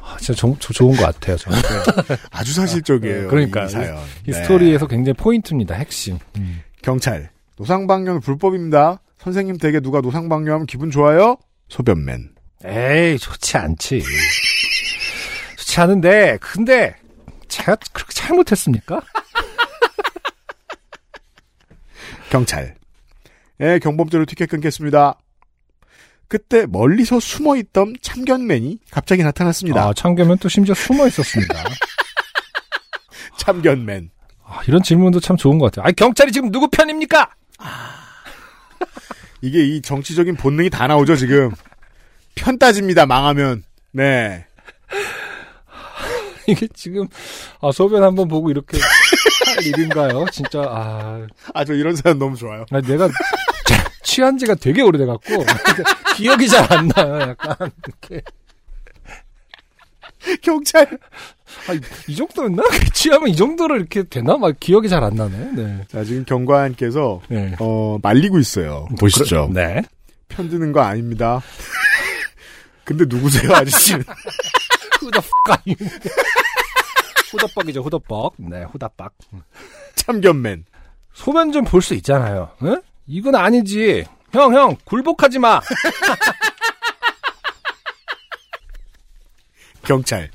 아, 진짜 조- 조- 좋은 것 같아요, 저는.
네. 아주 사실적이에요.
그러니까요.
이 사연.
이
네.
스토리에서 굉장히 포인트입니다, 핵심.
경찰. 노상방뇨는 불법입니다. 선생님 댁에 누가 노상방뇨하면 기분 좋아요? 소변맨.
에이, 좋지 않지. 좋지 않은데, 근데, 제가 그렇게 잘못했습니까?
경찰. 예, 경범죄로 티켓 끊겠습니다. 그때 멀리서 숨어 있던 참견맨이 갑자기 나타났습니다.
아, 참견면 또 심지어 숨어 있었습니다.
참견맨.
아, 이런 질문도 참 좋은 것 같아요. 아, 경찰이 지금 누구 편입니까?
이게 이 정치적인 본능이 다 나오죠, 지금. 편 따집니다, 망하면. 네.
이게 지금, 아, 소변 한번 보고 이렇게 할 일인가요? 진짜, 아,
아, 저 이런 사연 너무 좋아요.
나 내가 취한 지가 되게 오래돼갖고, 기억이 잘 안 나요, 약간. 이렇게.
경찰.
아, 이- 이 정도였나? 취하면 이 정도로 이렇게 되나? 막 기억이 잘 안 나네. 네.
자, 지금 경관께서,
네.
어, 말리고 있어요.
네.
편드는 거 아닙니다. 근데 누구세요, 아저씨는?
후덥박. 후덥박이죠, 후덥박. 네, 후덥박.
참견맨.
소변 좀 볼 수 있잖아요. 응? 이건 아니지. 형, 형, 굴복하지 마.
경찰.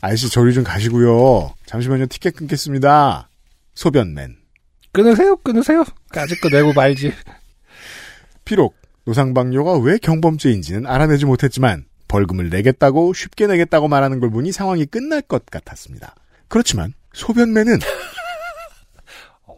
아저씨 저리 좀 가시고요. 잠시만요, 티켓 끊겠습니다. 소변맨.
끊으세요, 끊으세요. 까짓 거 내고 말지.
비록 노상방뇨가 왜 경범죄인지는 알아내지 못했지만 벌금을 내겠다고 쉽게 내겠다고 말하는 걸 보니 상황이 끝날 것 같았습니다. 그렇지만 소변맨은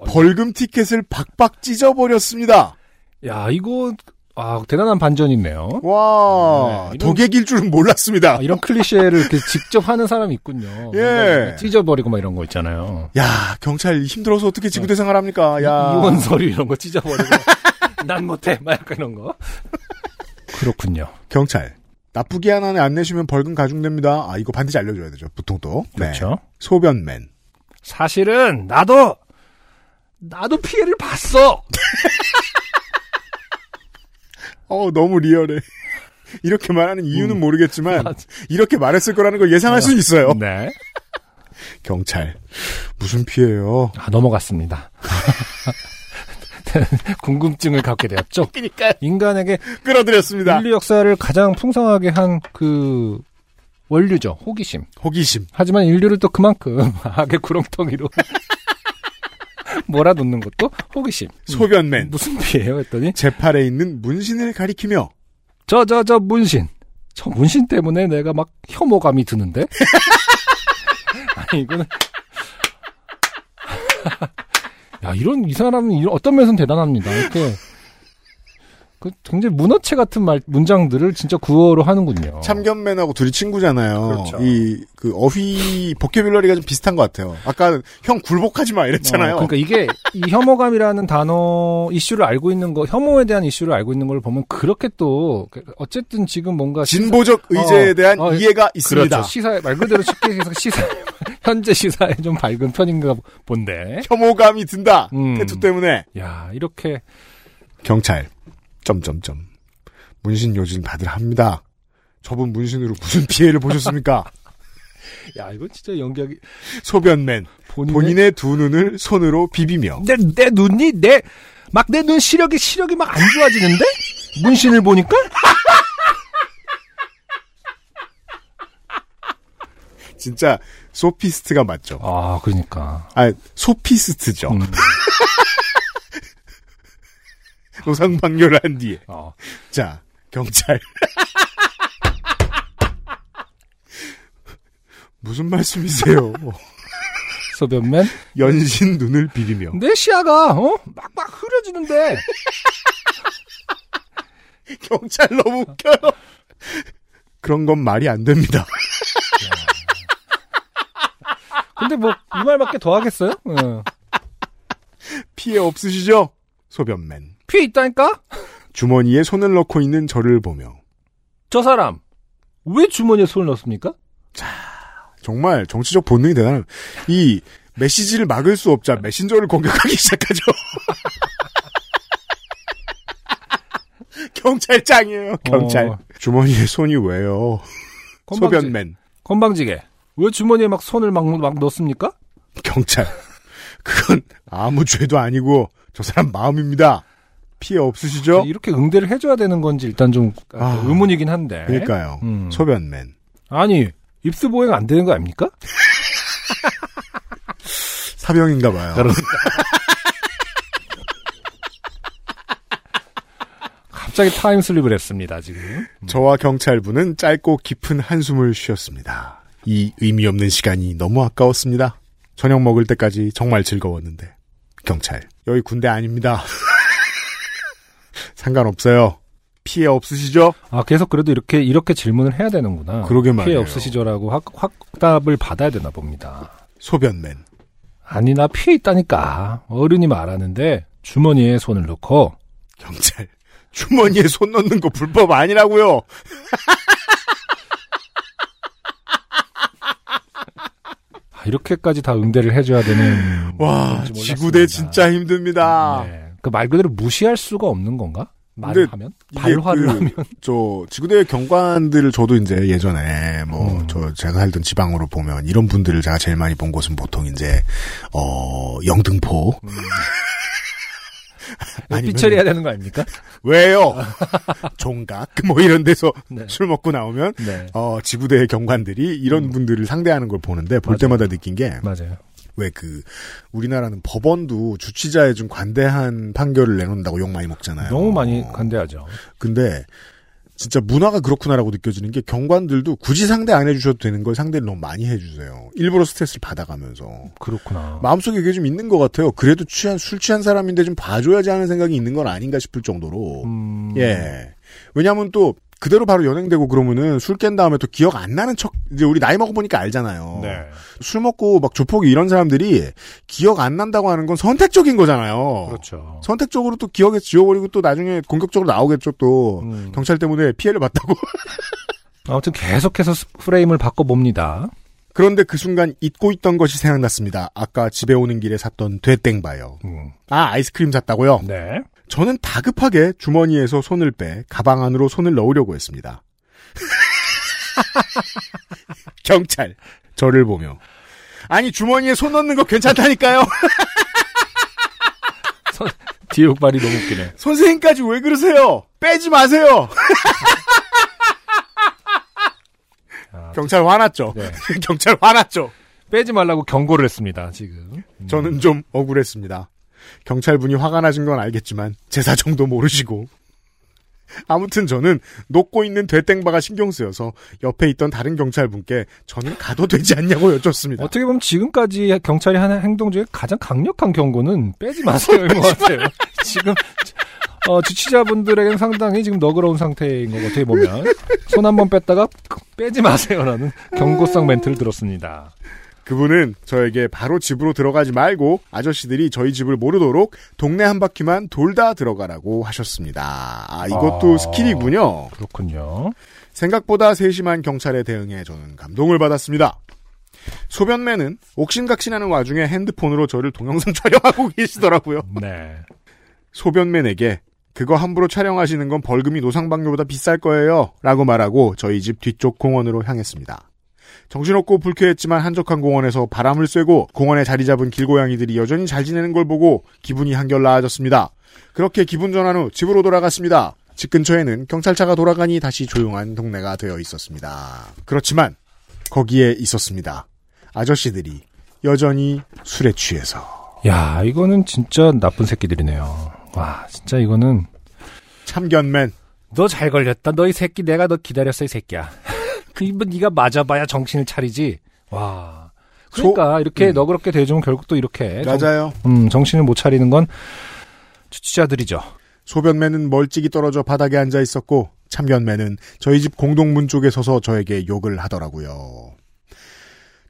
벌금 티켓을 박박 찢어버렸습니다.
야, 이거, 아, 대단한 반전이 있네요.
와,
네, 이런-
덕액일 줄은 몰랐습니다.
아, 이런 클리셰를 이렇게 직접 하는 사람이 있군요.
예.
뭔가 찢어버리고 막 이런 거 있잖아요.
야, 경찰 힘들어서 어떻게 지구대상을 합니까? 야.
네. 이혼 서류 이런 거 찢어버리고 난 못해 막 약간 이런 거 그렇군요
경찰. 나쁘게 하나는 안 내시면 벌금 가중됩니다. 아, 이거 반드시 알려줘야 되죠. 보통 또. 네.
그렇죠
소변맨.
사실은 나도 나도 피해를 봤어
어, 너무 리얼해. 이렇게 말하는 이유는 모르겠지만,
음. 맞아.
이렇게 말했을 거라는 걸 예상할 수 있어요.
네
경찰. 무슨 피해요?
아, 넘어갔습니다 궁금증을 갖게 되었죠
그니까요.
인간에게
끌어들였습니다.
인류 역사를 가장 풍성하게 한 그 원류죠 호기심
호기심.
하지만 인류를 또 그만큼 악의 구렁텅이로 몰아놓는 것도 호기심
소변맨.
무슨 피해요 했더니
제 팔에 있는 문신을 가리키며,
어. 저, 저, 저 문신. 저 문신 때문에 내가 막 혐오감이 드는데? 아니, 이거는. 야, 이런, 이 사람은 이런- 어떤 면에서는 대단합니다. 이렇게. 그 굉장히 문어체 같은 말, 문장들을 진짜 구어로 하는군요.
참견맨하고 둘이 친구잖아요.
그렇죠.
이, 그, 어휘, 보케뷸러리가 좀 비슷한 것 같아요. 아까, 형 굴복하지 마, 이랬잖아요.
어, 그러니까 이게 이 혐오감이라는 단어 이슈를 알고 있는 거, 혐오에 대한 이슈를 알고 있는 걸 보면 그렇게 또 어쨌든 지금 뭔가
진보적 의제에
어,
대한
어,
이해가 있습니다.
그렇죠. 시사에 말 그대로 쉽게 해서 시사 현재 시사에 좀 밝은 편인가 본데.
혐오감이 든다.
음.
태투 때문에.
야 이렇게
경찰. 점점점. 문신 요즘 다들 합니다. 저분 문신으로 무슨 피해를 보셨습니까?
야 이거 진짜 연기하기
소변맨.
본인의,
본인의 음. 두 눈을 손으로 비비며
내, 내 눈이 내 막 내 눈 시력이 시력이 막 안 좋아지는데 문신을 보니까
진짜 소피스트가 맞죠.
아 그러니까
아, 소피스트죠.
음,
노상방뇨를 한 뒤에.
어.
자, 경찰. 무슨 말씀이세요?
소변맨
연신 눈을 비비며
내 시야가 어 막 막 흐려지는데
경찰 너무 웃겨요. 그런 건 말이 안 됩니다.
근데 뭐 이 말밖에 더 하겠어요? 어.
피해 없으시죠? 소변맨.
피해 있다니까
주머니에 손을 넣고 있는 저를 보며
저 사람 왜 주머니에 손을 넣었습니까?
정말 정치적 본능이 대단한 이 메시지를 막을 수 없자 메신저를 공격하기 시작하죠. 경찰장이에요. 경찰.
어.
주머니에 손이 왜요?
건방지-
소변맨.
건방지게 왜 주머니에 막 손을 막 막 넣습니까?
경찰. 그건 아무 죄도 아니고 저 사람 마음입니다. 피해 없으시죠?
이렇게 응대를 해줘야 되는 건지 일단 좀
어? 아.
의문이긴 한데.
그러니까요.
음.
소변맨.
아니 입수 보행 안 되는 거 아닙니까?
사병인가 봐요.
갑자기 타임슬립을 했습니다 지금.
저와 경찰부는 짧고 깊은 한숨을 쉬었습니다. 이 의미 없는 시간이 너무 아까웠습니다. 저녁 먹을 때까지 정말 즐거웠는데. 경찰. 여기 군대 아닙니다. 상관없어요. 피해 없으시죠?
아 계속 그래도 이렇게 이렇게 질문을 해야 되는구나.
그러게
피해
말이에요.
없으시죠라고 확, 확답을 받아야 되나 봅니다.
소변맨.
아니 나 피해 있다니까 어른이 말하는데 주머니에 손을 넣고
경찰. 주머니에 손 넣는 거 불법 아니라고요.
아, 이렇게까지 다 응대를 해줘야 되는.
와,
건지 몰랐습니다.
지구대 진짜 힘듭니다.
네. 그 말 그대로 무시할 수가 없는 건가? 말을
아. 근데
하면
이게
발화를
그-
하면
저 지구대 경관들을 저도 이제 예전에 뭐
음.
저 제가 살던 지방으로 보면 이런 분들을 제가 제일 많이 본 곳은 보통 이제 어 영등포
음.
아니면-
삐처리해야 되는 거 아닙니까?
왜요 종각 뭐 이런 데서
네.
술 먹고 나오면
네.
어 지구대의 경관들이 이런 분들을 상대하는 걸 보는데
음.
볼
맞아요. 음.
때마다 느낀 게
맞아요.
왜 그 우리나라는 법원도 주치자에 좀 관대한 판결을 내놓는다고 욕 많이 먹잖아요. 어.
너무 많이 관대하죠.
근데 진짜 문화가 그렇구나라고 느껴지는 게 경관들도 굳이 상대 안 해주셔도 되는 걸 상대를 너무 많이 해주세요. 일부러 스트레스를 받아가면서
그렇구나.
마음속에 그게 좀 있는 것 같아요. 그래도 취한 술 취한 사람인데 좀 봐줘야지 하는 생각이 있는 건 아닌가 싶을 정도로
음,
예 왜냐하면 또 그대로 바로 연행되고 그러면은 술 깬 다음에 또 기억 안 나는 척 이제 우리 나이 먹어 보니까 알잖아요.
네.
술 먹고 막 조폭이 이런 사람들이 기억 안 난다고 하는 건 선택적인 거잖아요.
그렇죠.
선택적으로 또 기억에 지워버리고 또 나중에 공격적으로 나오겠죠 또
음.
어. 경찰 때문에 피해를 봤다고
아무튼 계속해서 스- 프레임을 바꿔봅니다.
그런데 그 순간 잊고 있던 것이 생각났습니다 아까 집에 오는 길에 샀던 되땡바요
음.
아 아이스크림 샀다고요
네.
저는 다급하게 주머니에서 손을 빼 가방 안으로 손을 넣으려고 했습니다 경찰 저를 보며 아니 주머니에 손 넣는 거 괜찮다니까요
뒤에 발이 너무 웃기네.
선생님까지 왜 그러세요? 빼지 마세요. 경찰 화났죠.
아, 네.
경찰 화났죠.
빼지 말라고 경고를 했습니다. 지금. 음.
저는 좀 억울했습니다. 경찰분이 화가 나신 건 알겠지만 제 사정도 모르시고 아무튼 저는 녹고 있는 되땡바가 신경 쓰여서 옆에 있던 다른 경찰분께 저는 가도 되지 않냐고 여쭙습니다.
어떻게 보면 지금까지 경찰이 하는 행동 중에 가장 강력한 경고는 빼지 마세요인 것 같아요. 지금 어, 주치자분들에게는 상당히 지금 너그러운 상태인 것 같아요. 보면 손 한 번 뺐다가 빼지 마세요라는 경고성 멘트를 들었습니다.
그분은 저에게 바로 집으로 들어가지 말고 아저씨들이 저희 집을 모르도록 동네 한 바퀴만 돌다 들어가라고 하셨습니다. 아, 이것도
아.
스킬이군요.
그렇군요.
생각보다 세심한 경찰의 대응에 저는 감동을 받았습니다. 소변맨은 옥신각신하는 와중에 핸드폰으로 저를 동영상 촬영하고 계시더라고요.
네.
소변맨에게 그거 함부로 촬영하시는 건 벌금이 노상방뇨보다 비쌀 거예요. 라고 말하고 저희 집 뒤쪽 공원으로 향했습니다. 정신없고 불쾌했지만 한적한 공원에서 바람을 쐬고 공원에 자리 잡은 길고양이들이 여전히 잘 지내는 걸 보고 기분이 한결 나아졌습니다. 그렇게 기분 전환 후 집으로 돌아갔습니다. 집 근처에는 경찰차가 돌아가니 다시 조용한 동네가 되어 있었습니다. 그렇지만 거기에 있었습니다. 아저씨들이 여전히 술에 취해서
야 이거는 진짜 나쁜 새끼들이네요. 와 진짜 이거는
참견맨
너 잘 걸렸다. 너 이 새끼 내가 너 기다렸어 이 새끼야. 그 이분 네가 맞아봐야 정신을 차리지. 와. 그러니까 이렇게 너그럽게 대해주면 결국 또 이렇게 정-
음. 맞아요.
음, 정신을 못 차리는 건 주치자들이죠.
소변맨은 멀찍이 떨어져 바닥에 앉아 있었고 참견맨은 저희 집 공동문 쪽에 서서 저에게 욕을 하더라고요.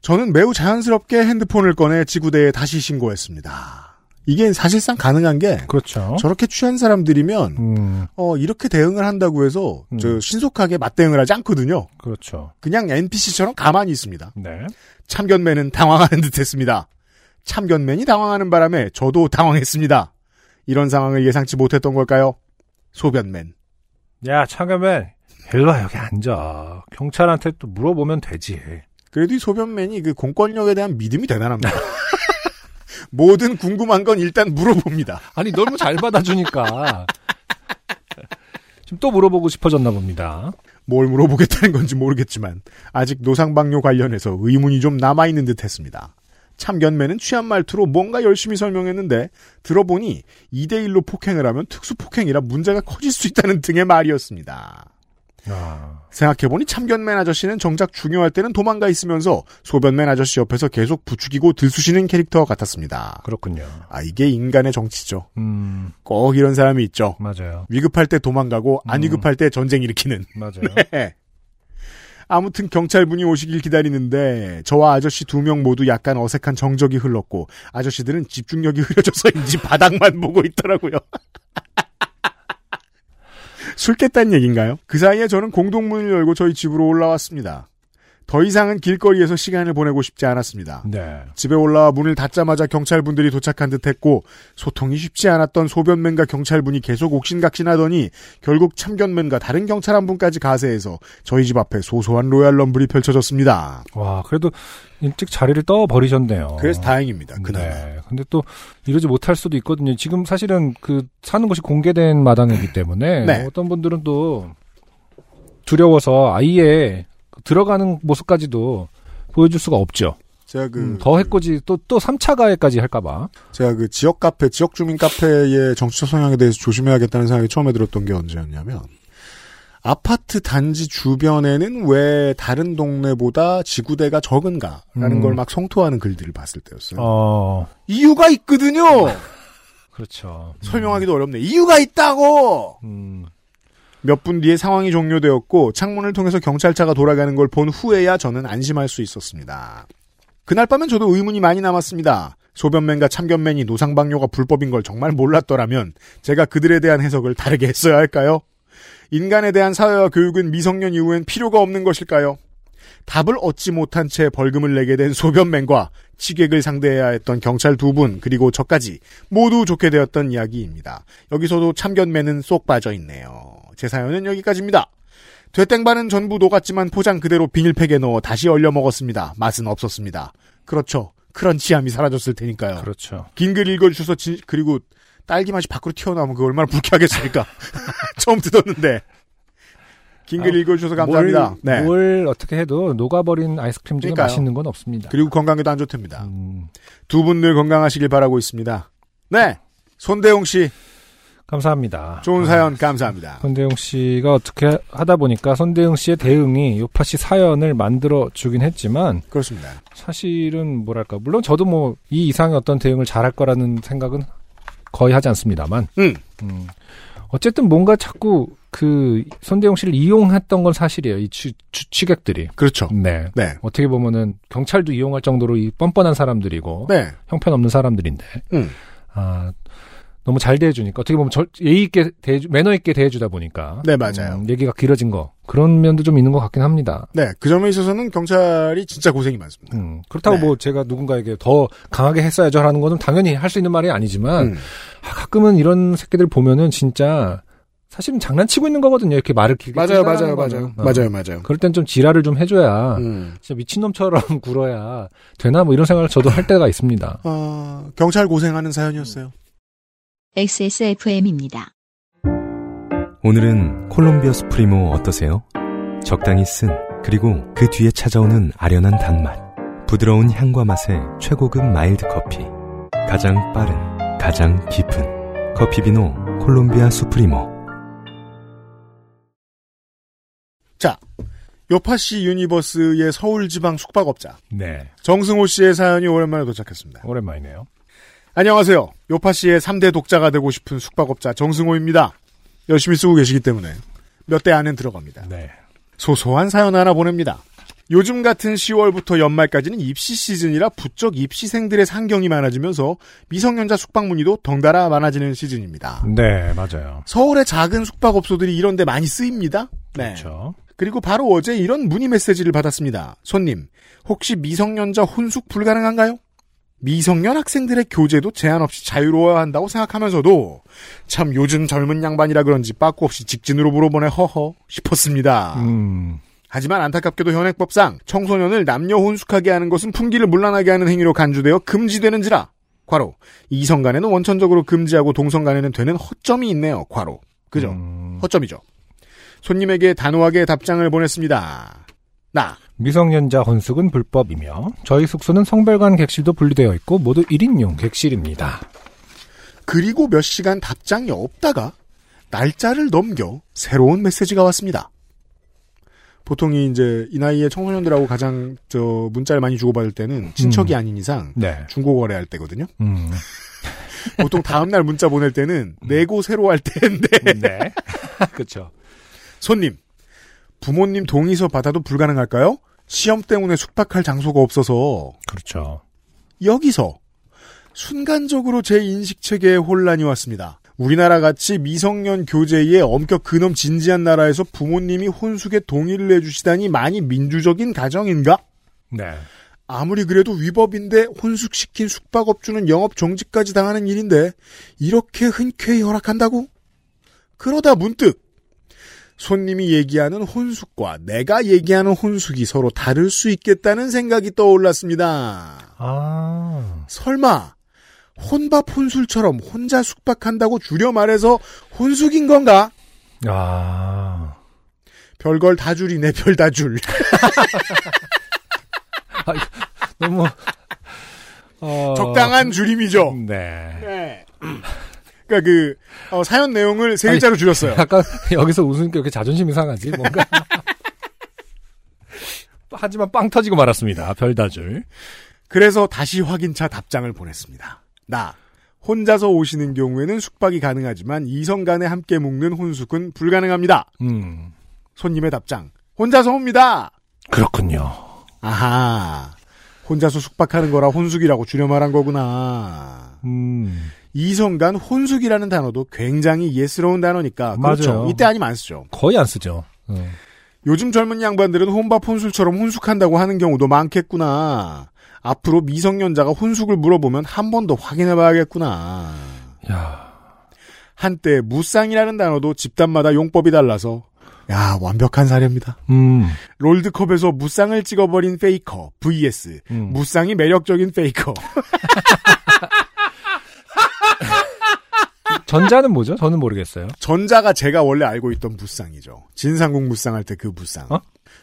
저는 매우 자연스럽게 핸드폰을 꺼내 지구대에 다시 신고했습니다. 이게 사실상 가능한 게
그렇죠.
저렇게 취한 사람들이면
음,
어, 이렇게 대응을 한다고 해서
음.
저 신속하게 맞대응을 하지 않거든요.
그렇죠.
그냥 NPC처럼 가만히 있습니다.
네.
참견맨은 당황하는 듯했습니다. 참견맨이 당황하는 바람에 저도 당황했습니다. 이런 상황을 예상치 못했던 걸까요? 소변맨.
야, 차겸맨 일로 와, 여기 앉아. 경찰한테 또 물어보면 되지.
그래도 이 소변맨이 그 공권력에 대한 믿음이 대단합니다. 뭐든 궁금한 건 일단 물어봅니다.
아니, 너무 잘 받아주니까. 지금 또 물어보고 싶어졌나 봅니다.
뭘 물어보겠다는 건지 모르겠지만 아직 노상방뇨 관련해서 의문이 좀 남아있는 듯했습니다. 참견맨은 취한 말투로 뭔가 열심히 설명했는데 들어보니 2대1로 폭행을 하면 특수폭행이라 문제가 커질 수 있다는 등의 말이었습니다.
아,
생각해보니 참견맨 아저씨는 정작 중요할 때는 도망가 있으면서 소변맨 아저씨 옆에서 계속 부추기고 들쑤시는 캐릭터 같았습니다.
그렇군요.
아 이게 인간의 정치죠.
음,
꼭 이런 사람이 있죠.
맞아요.
위급할 때 도망가고 안
음.
위급할 때 전쟁 일으키는. 예.
맞아요.
아무튼 경찰분이 오시길 기다리는데 저와 아저씨 두 명 모두 약간 어색한 정적이 흘렀고 아저씨들은 집중력이 흐려져서인지 바닥만 보고 있더라고요. 술 깼다는 얘기인가요? 그 사이에 저는 공동문을 열고 저희 집으로 올라왔습니다. 더 이상은 길거리에서 시간을 보내고 싶지 않았습니다.
네.
집에 올라와 문을 닫자마자 경찰분들이 도착한 듯 했고, 소통이 쉽지 않았던 소변맨과 경찰분이 계속 옥신각신하더니, 결국 참견맨과 다른 경찰 한 분까지 가세해서 저희 집 앞에 소소한 로얄럼블이 펼쳐졌습니다.
와, 그래도 일찍 자리를 떠버리셨네요.
어. 그래서 다행입니다, 그나마.
네. 근데 또 이러지 못할 수도 있거든요. 지금 사실은 그 사는 곳이 공개된 마당이기 때문에
네.
어떤 분들은 또 두려워서 아예 들어가는 모습까지도 보여줄 수가 없죠.
제가 그,
음, 더 해코지 또 또 3차 가해까지 할까봐.
제가 그 지역 카페, 지역 주민 카페의 정치적 성향에 대해서 조심해야겠다는 생각이 처음에 들었던 게 언제였냐면, 아파트 단지 주변에는 왜 다른 동네보다 지구대가 적은가라는
음.
걸 막 성토하는 글들을 봤을 때였어요.
어,
이유가 있거든요!
그렇죠.
설명하기도 어렵네. 이유가 있다고!
음,
몇 분 뒤에 상황이 종료되었고, 창문을 통해서 경찰차가 돌아가는 걸 본 후에야 저는 안심할 수 있었습니다. 그날 밤엔 저도 의문이 많이 남았습니다. 소변맨과 참견맨이 노상방뇨가 불법인 걸 정말 몰랐더라면, 제가 그들에 대한 해석을 다르게 했어야 할까요? 인간에 대한 사회와 교육은 미성년 이후엔 필요가 없는 것일까요? 답을 얻지 못한 채 벌금을 내게 된 소변맨과 치객을 상대해야 했던 경찰 두 분, 그리고 저까지 모두 좋게 되었던 이야기입니다. 여기서도 참견맨은 쏙 빠져있네요. 제 사연은 여기까지입니다. 되땡반은 전부 녹았지만 포장 그대로 비닐팩에 넣어 다시 얼려 먹었습니다. 맛은 없었습니다. 그렇죠. 크런치함이 사라졌을 테니까요.
그렇죠.
긴 글 읽어주셔서 진- 그리고 딸기 맛이 밖으로 튀어나오면 그 얼마나 불쾌하겠습니까? 처음 듣었는데 긴 글 읽어주셔서 감사합니다.
뭘,
네.
뭘 어떻게 해도 녹아버린 아이스크림 중에
그러니까요.
맛있는 건 없습니다.
그리고 건강에도 안 좋답니다.
음,
두 분 늘 건강하시길 바라고 있습니다. 네, 손대용 씨
감사합니다.
좋은 사연 감사합니다.
손대웅 씨가 어떻게 하다 보니까 손대웅 씨의 대응이 요파 씨 사연을 만들어 주긴 했지만
그렇습니다.
사실은 뭐랄까 물론 저도 뭐 이 이상의 어떤 대응을 잘할 거라는 생각은 거의 하지 않습니다만
음.
음, 어쨌든 뭔가 자꾸 그 손대웅 씨를 이용했던 건 사실이에요 이 취, 객들이
그렇죠.
네
네,
어떻게 보면은 경찰도 이용할 정도로 이 뻔뻔한 사람들이고
네,
형편없는 사람들인데
음.
아 너무 잘 대해주니까 어떻게 보면 절- 예의 있게 대해주, 매너 있게 대해주다 보니까
네 맞아요.
음, 얘기가 길어진 거 그런 면도 좀 있는 것 같긴 합니다.
네, 그 점에 있어서는 경찰이 진짜 고생이 많습니다.
음, 그렇다고
네.
뭐 제가 누군가에게 더 강하게 했어야죠 라는 거는 당연히 할 수 있는 말이 아니지만
음.
아, 가끔은 이런 새끼들 보면은 진짜 사실은 장난치고 있는 거거든요. 이렇게 말을 길게
맞아요,
찔러라는
맞아요,
거는.
맞아요,
어.
맞아요, 맞아요.
그럴 땐 좀 지랄을 좀 해줘야
음.
진짜 미친놈처럼 굴어야 되나 뭐 이런 생각을 저도 할 때가 있습니다.
아, 경찰 고생하는 사연이었어요.
XSFM입니다.
오늘은 콜롬비아 수프리모 어떠세요? 적당히 쓴 그리고 그 뒤에 찾아오는 아련한 단맛 부드러운 향과 맛의 최고급 마일드 커피 가장 빠른 가장 깊은 커피 비노 콜롬비아 수프리모
요파 씨 유니버스의 서울지방 숙박업자
네.
정승호 씨의 사연이 오랜만에 도착했습니다.
오랜만이네요.
안녕하세요. 요파 씨의 3대 독자가 되고 싶은 숙박업자 정승호입니다. 열심히 쓰고 계시기 때문에 몇 대 안엔 들어갑니다.
네.
소소한 사연 하나 보냅니다. 요즘 같은 10월부터 연말까지는 입시 시즌이라 부쩍 입시생들의 상경이 많아지면서 미성년자 숙박 문의도 덩달아 많아지는 시즌입니다.
네, 맞아요.
서울의 작은 숙박업소들이 이런 데 많이 쓰입니다. 네.
그렇죠.
그리고 바로 어제 이런 문의 메시지를 받았습니다. 손님, 혹시 미성년자 혼숙 불가능한가요? 미성년 학생들의 교제도 제한 없이 자유로워야 한다고 생각하면서도 참 요즘 젊은 양반이라 그런지 빠꾸 없이 직진으로 물어보네 허허 싶었습니다.
음.
하지만 안타깝게도 현행법상 청소년을 남녀 혼숙하게 하는 것은 풍기를 물란하게 하는 행위로 간주되어 금지되는지라. 과로 이성 간에는 원천적으로 금지하고 동성 간에는 되는 허점이 있네요. 과로 그죠?
음.
허점이죠. 손님에게 단호하게 답장을 보냈습니다. 나.
미성년자 혼숙은 불법이며 저희 숙소는 성별간 객실도 분리되어 있고 모두 1인용 객실입니다.
그리고 몇 시간 답장이 없다가 날짜를 넘겨 새로운 메시지가 왔습니다. 보통이 이제 이 나이에 청소년들하고 가장 저 문자를 많이 주고받을 때는 친척이 아닌 이상
네.
중고 거래할 때거든요.
음.
보통 다음날 문자 보낼 때는 내고 새로 할 때인데
네. 그렇죠.
손님 부모님 동의서 받아도 불가능할까요? 시험 때문에 숙박할 장소가 없어서
그렇죠.
여기서 순간적으로 제 인식 체계에 혼란이 왔습니다. 우리나라 같이 미성년 교제에 엄격 근엄 진지한 나라에서 부모님이 혼숙에 동의를 해주시다니 많이 민주적인 가정인가?
네.
아무리 그래도 위법인데 혼숙시킨 숙박업주는 영업 정지까지 당하는 일인데 이렇게 흔쾌히 허락한다고? 그러다 문득 손님이 얘기하는 혼숙과 내가 얘기하는 혼숙이 서로 다를 수 있겠다는 생각이 떠올랐습니다.
아.
설마 혼밥 혼술처럼 혼자 숙박한다고 줄여 말해서 혼숙인 건가?
아.
별걸 다 줄이네 별 다 줄.
너무. 어,
적당한 줄임이죠.
네.
그러니까 그 어, 사연 내용을 세 글자로 줄였어요.
약간 여기서 웃으니까 이렇게 자존심 이상하지? 뭔가. 하지만 빵 터지고 말았습니다. 별다줄.
그래서 다시 확인차 답장을 보냈습니다. 나 혼자서 오시는 경우에는 숙박이 가능하지만 이성 간에 함께 묵는 혼숙은 불가능합니다.
음.
손님의 답장. 혼자서 옵니다.
그렇군요.
아하. 혼자서 숙박하는 거라 혼숙이라고 줄여 말한 거구나.
음.
이성 간 혼숙이라는 단어도 굉장히 예스러운 단어니까 그렇죠.
맞아요.
이때 아니면 안 쓰죠.
거의 안 쓰죠.
요즘 젊은 양반들은 혼밥 혼술처럼 혼숙한다고 하는 경우도 많겠구나. 앞으로 미성년자가 혼숙을 물어보면 한 번 더 확인해봐야겠구나.
야.
한때 무쌍이라는 단어도 집단마다 용법이 달라서 야 완벽한 사례입니다.
음.
롤드컵에서 무쌍을 찍어버린 페이커 vs
음.
무쌍이 매력적인 페이커.
전자는 뭐죠? 저는 모르겠어요.
전자가 제가 원래 알고 있던 무쌍이죠. 진상궁 무쌍할 때 그 무쌍.
어?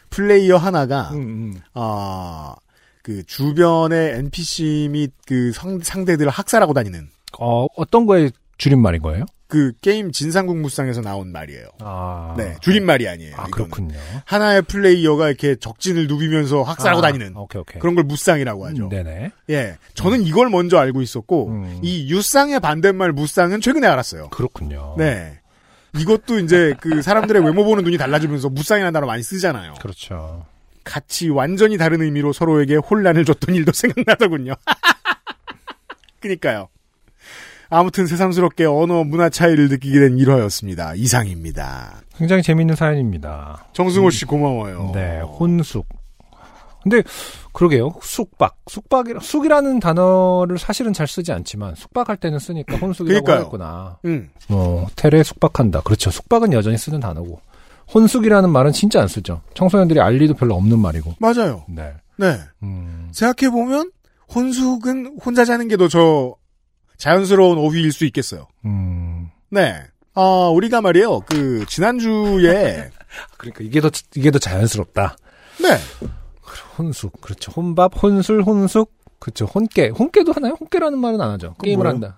플레이어 하나가
음, 음.
아, 그 주변의 NPC 및 그 상대들을 학살하고 다니는
어, 어떤 거에 줄임말인 거예요?
그 게임 진상국무쌍에서 나온 말이에요.
아.
네, 줄임말이 아니에요.
아,
이거는.
그렇군요.
하나의 플레이어가 이렇게 적진을 누비면서 학살하고
아,
다니는
오케이, 오케이.
그런 걸 무쌍이라고 하죠.
음, 네네.
예, 저는 이걸 먼저 알고 있었고
음.
이 유쌍의 반대말 무쌍은 최근에 알았어요.
그렇군요.
네. 이것도 이제 그 사람들의 외모 보는 눈이 달라지면서 무쌍이라는 단어 많이 쓰잖아요.
그렇죠.
같이 완전히 다른 의미로 서로에게 혼란을 줬던 일도 생각나더군요. 그니까요. 아무튼 새삼스럽게 언어 문화 차이를 느끼게 된 일화였습니다. 이상입니다.
굉장히 재미있는 사연입니다.
정승호 씨 고마워요.
네, 혼숙. 근데 그러게요. 숙박, 숙박이 숙이라는 단어를 사실은 잘 쓰지 않지만 숙박할 때는 쓰니까 혼숙이라고
그러니까요.
했구나.
음,
어, 호텔에 숙박한다. 그렇죠. 숙박은 여전히 쓰는 단어고 혼숙이라는 말은 진짜 안 쓰죠. 청소년들이 알 리도 별로 없는 말이고.
맞아요.
네.
네.
음,
생각해보면 혼숙은 혼자 자는 게 더 저 자연스러운 어휘일 수 있겠어요.
음.
네. 아, 우리가 말이에요. 그, 지난주에,
그러니까 이게 더 이게 더 자연스럽다.
네.
혼숙, 그렇죠. 혼밥, 혼술, 혼숙, 그렇죠. 혼깨, 혼깨도 하나요? 혼깨라는 말은 안 하죠. 게임을
뭐예요?
한다.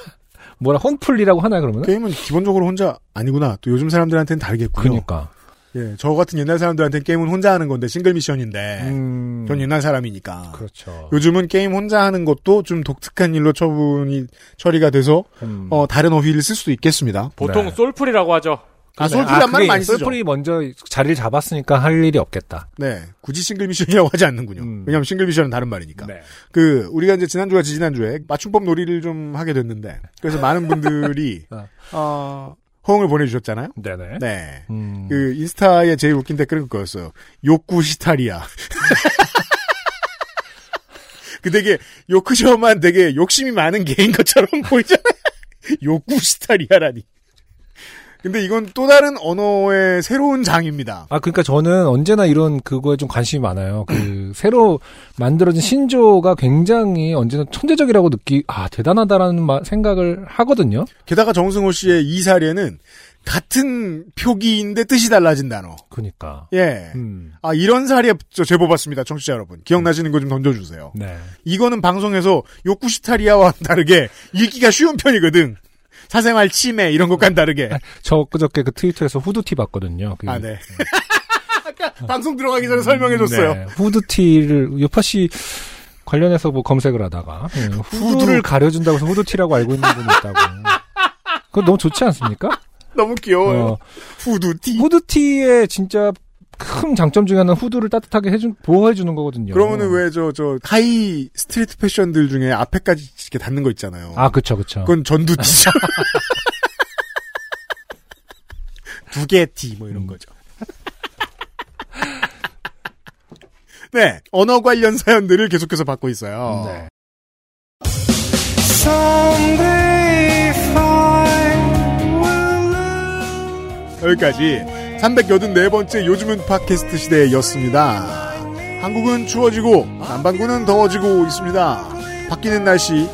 뭐라 혼풀이라고 하나 요 그러면?
게임은 기본적으로 혼자 아니구나. 또 요즘 사람들한테는 다르겠군요.
그러니까.
예, 저 같은 옛날 사람들한테 게임은 혼자 하는 건데 싱글 미션인데
음,
전 옛날 사람이니까
그렇죠.
요즘은 게임 혼자 하는 것도 좀 독특한 일로 처분이 처리가 돼서
음.
어, 다른 어휘를 쓸 수도 있겠습니다.
보통
네.
솔풀이라고 하죠.
그러네.
아, 솔플이란
아,
말
그게
많이 쓰죠.
솔플이 먼저 자리를 잡았으니까 할 일이 없겠다.
네, 굳이 싱글 미션이라고 하지 않는군요.
음.
왜냐하면 싱글 미션은 다른 말이니까.
네.
그 우리가 이제 지난주와 지지난주에 맞춤법 놀이를 좀 하게 됐는데 그래서 많은 분들이
아.
어, 호응을 보내주셨잖아요.
네네.
네,
음,
그 인스타에 제일 웃긴 댓글은 그거였어요. 욕구 시탈이야. 그 되게 요크셔만 되게 욕심이 많은 개인 것처럼 보이잖아요. 욕구 시탈이야라니. 근데 이건 또 다른 언어의 새로운 장입니다.
아, 그러니까 저는 언제나 이런 그거에 좀 관심이 많아요. 그 새로 만들어진 신조가 굉장히 언제나 천재적이라고 느끼, 아 대단하다라는 마- 생각을 하거든요.
게다가 정승호 씨의 이 사례는 같은 표기인데 뜻이 달라진 단어.
그러니까.
예.
음,
아 이런 사례 저 제보 받습니다, 청취자 여러분. 기억나시는 거 좀 던져주세요.
네.
이거는 방송에서 욕구시타리아와 다르게 읽기가 쉬운 편이거든. 사생활 침해 이런 것과는 다르게.
저 그저께 그 트위터에서 후드티 봤거든요. 아, 그-
아 네. 아까 방송 들어가기 전에 설명해줬어요.
네, 후드티를 요파 씨 관련해서 뭐 검색을 하다가 예, 후두를 가려준다고 해서 후드티라고 알고 있는 분이 있다고. 그거 너무 좋지 않습니까?
너무 귀여워요.
어,
후두티.
후드티의 진짜 큰 장점 중에 하나는 후드를 따뜻하게 해준 보호해 주는 거거든요.
그러면은 왜 저 저 하이 스트리트 패션들 중에 앞에까지 이렇게 닿는 거 있잖아요.
아, 그쵸, 그쵸.
그건 전두티죠.
두 개 T 뭐 이런 거죠. 네, 언어 관련 사연들을 계속해서 받고 있어요.
네.
여기까지 384번째 요즘은 팟캐스트 시대였습니다. 한국은 추워지고 남반구는 더워지고 있습니다. 바뀌는 날씨,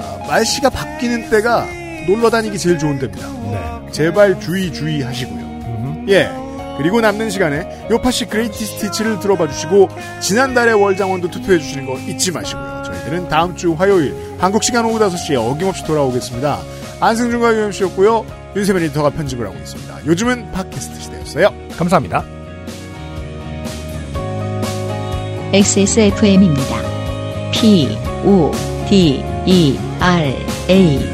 아, 날씨가 바뀌는 때가 놀러 다니기 제일 좋은 때입니다. 제발 주의 주의하시고요. 예. 그리고 남는 시간에 요파시 그레이티스트 치를 들어봐 주시고 지난달에 월장원도 투표해 주시는 거 잊지 마시고요. 저희들은 다음 주 화요일 한국 시간 오후 5시에 어김없이 돌아오겠습니다. 안승준과 유엠씨였고요. 윤세민 리터가 편집을 하고 있습니다. 요즘은 팟캐스트 시대였어요.
음. 감사합니다.
XSFM입니다. P, O, D, E, R, A.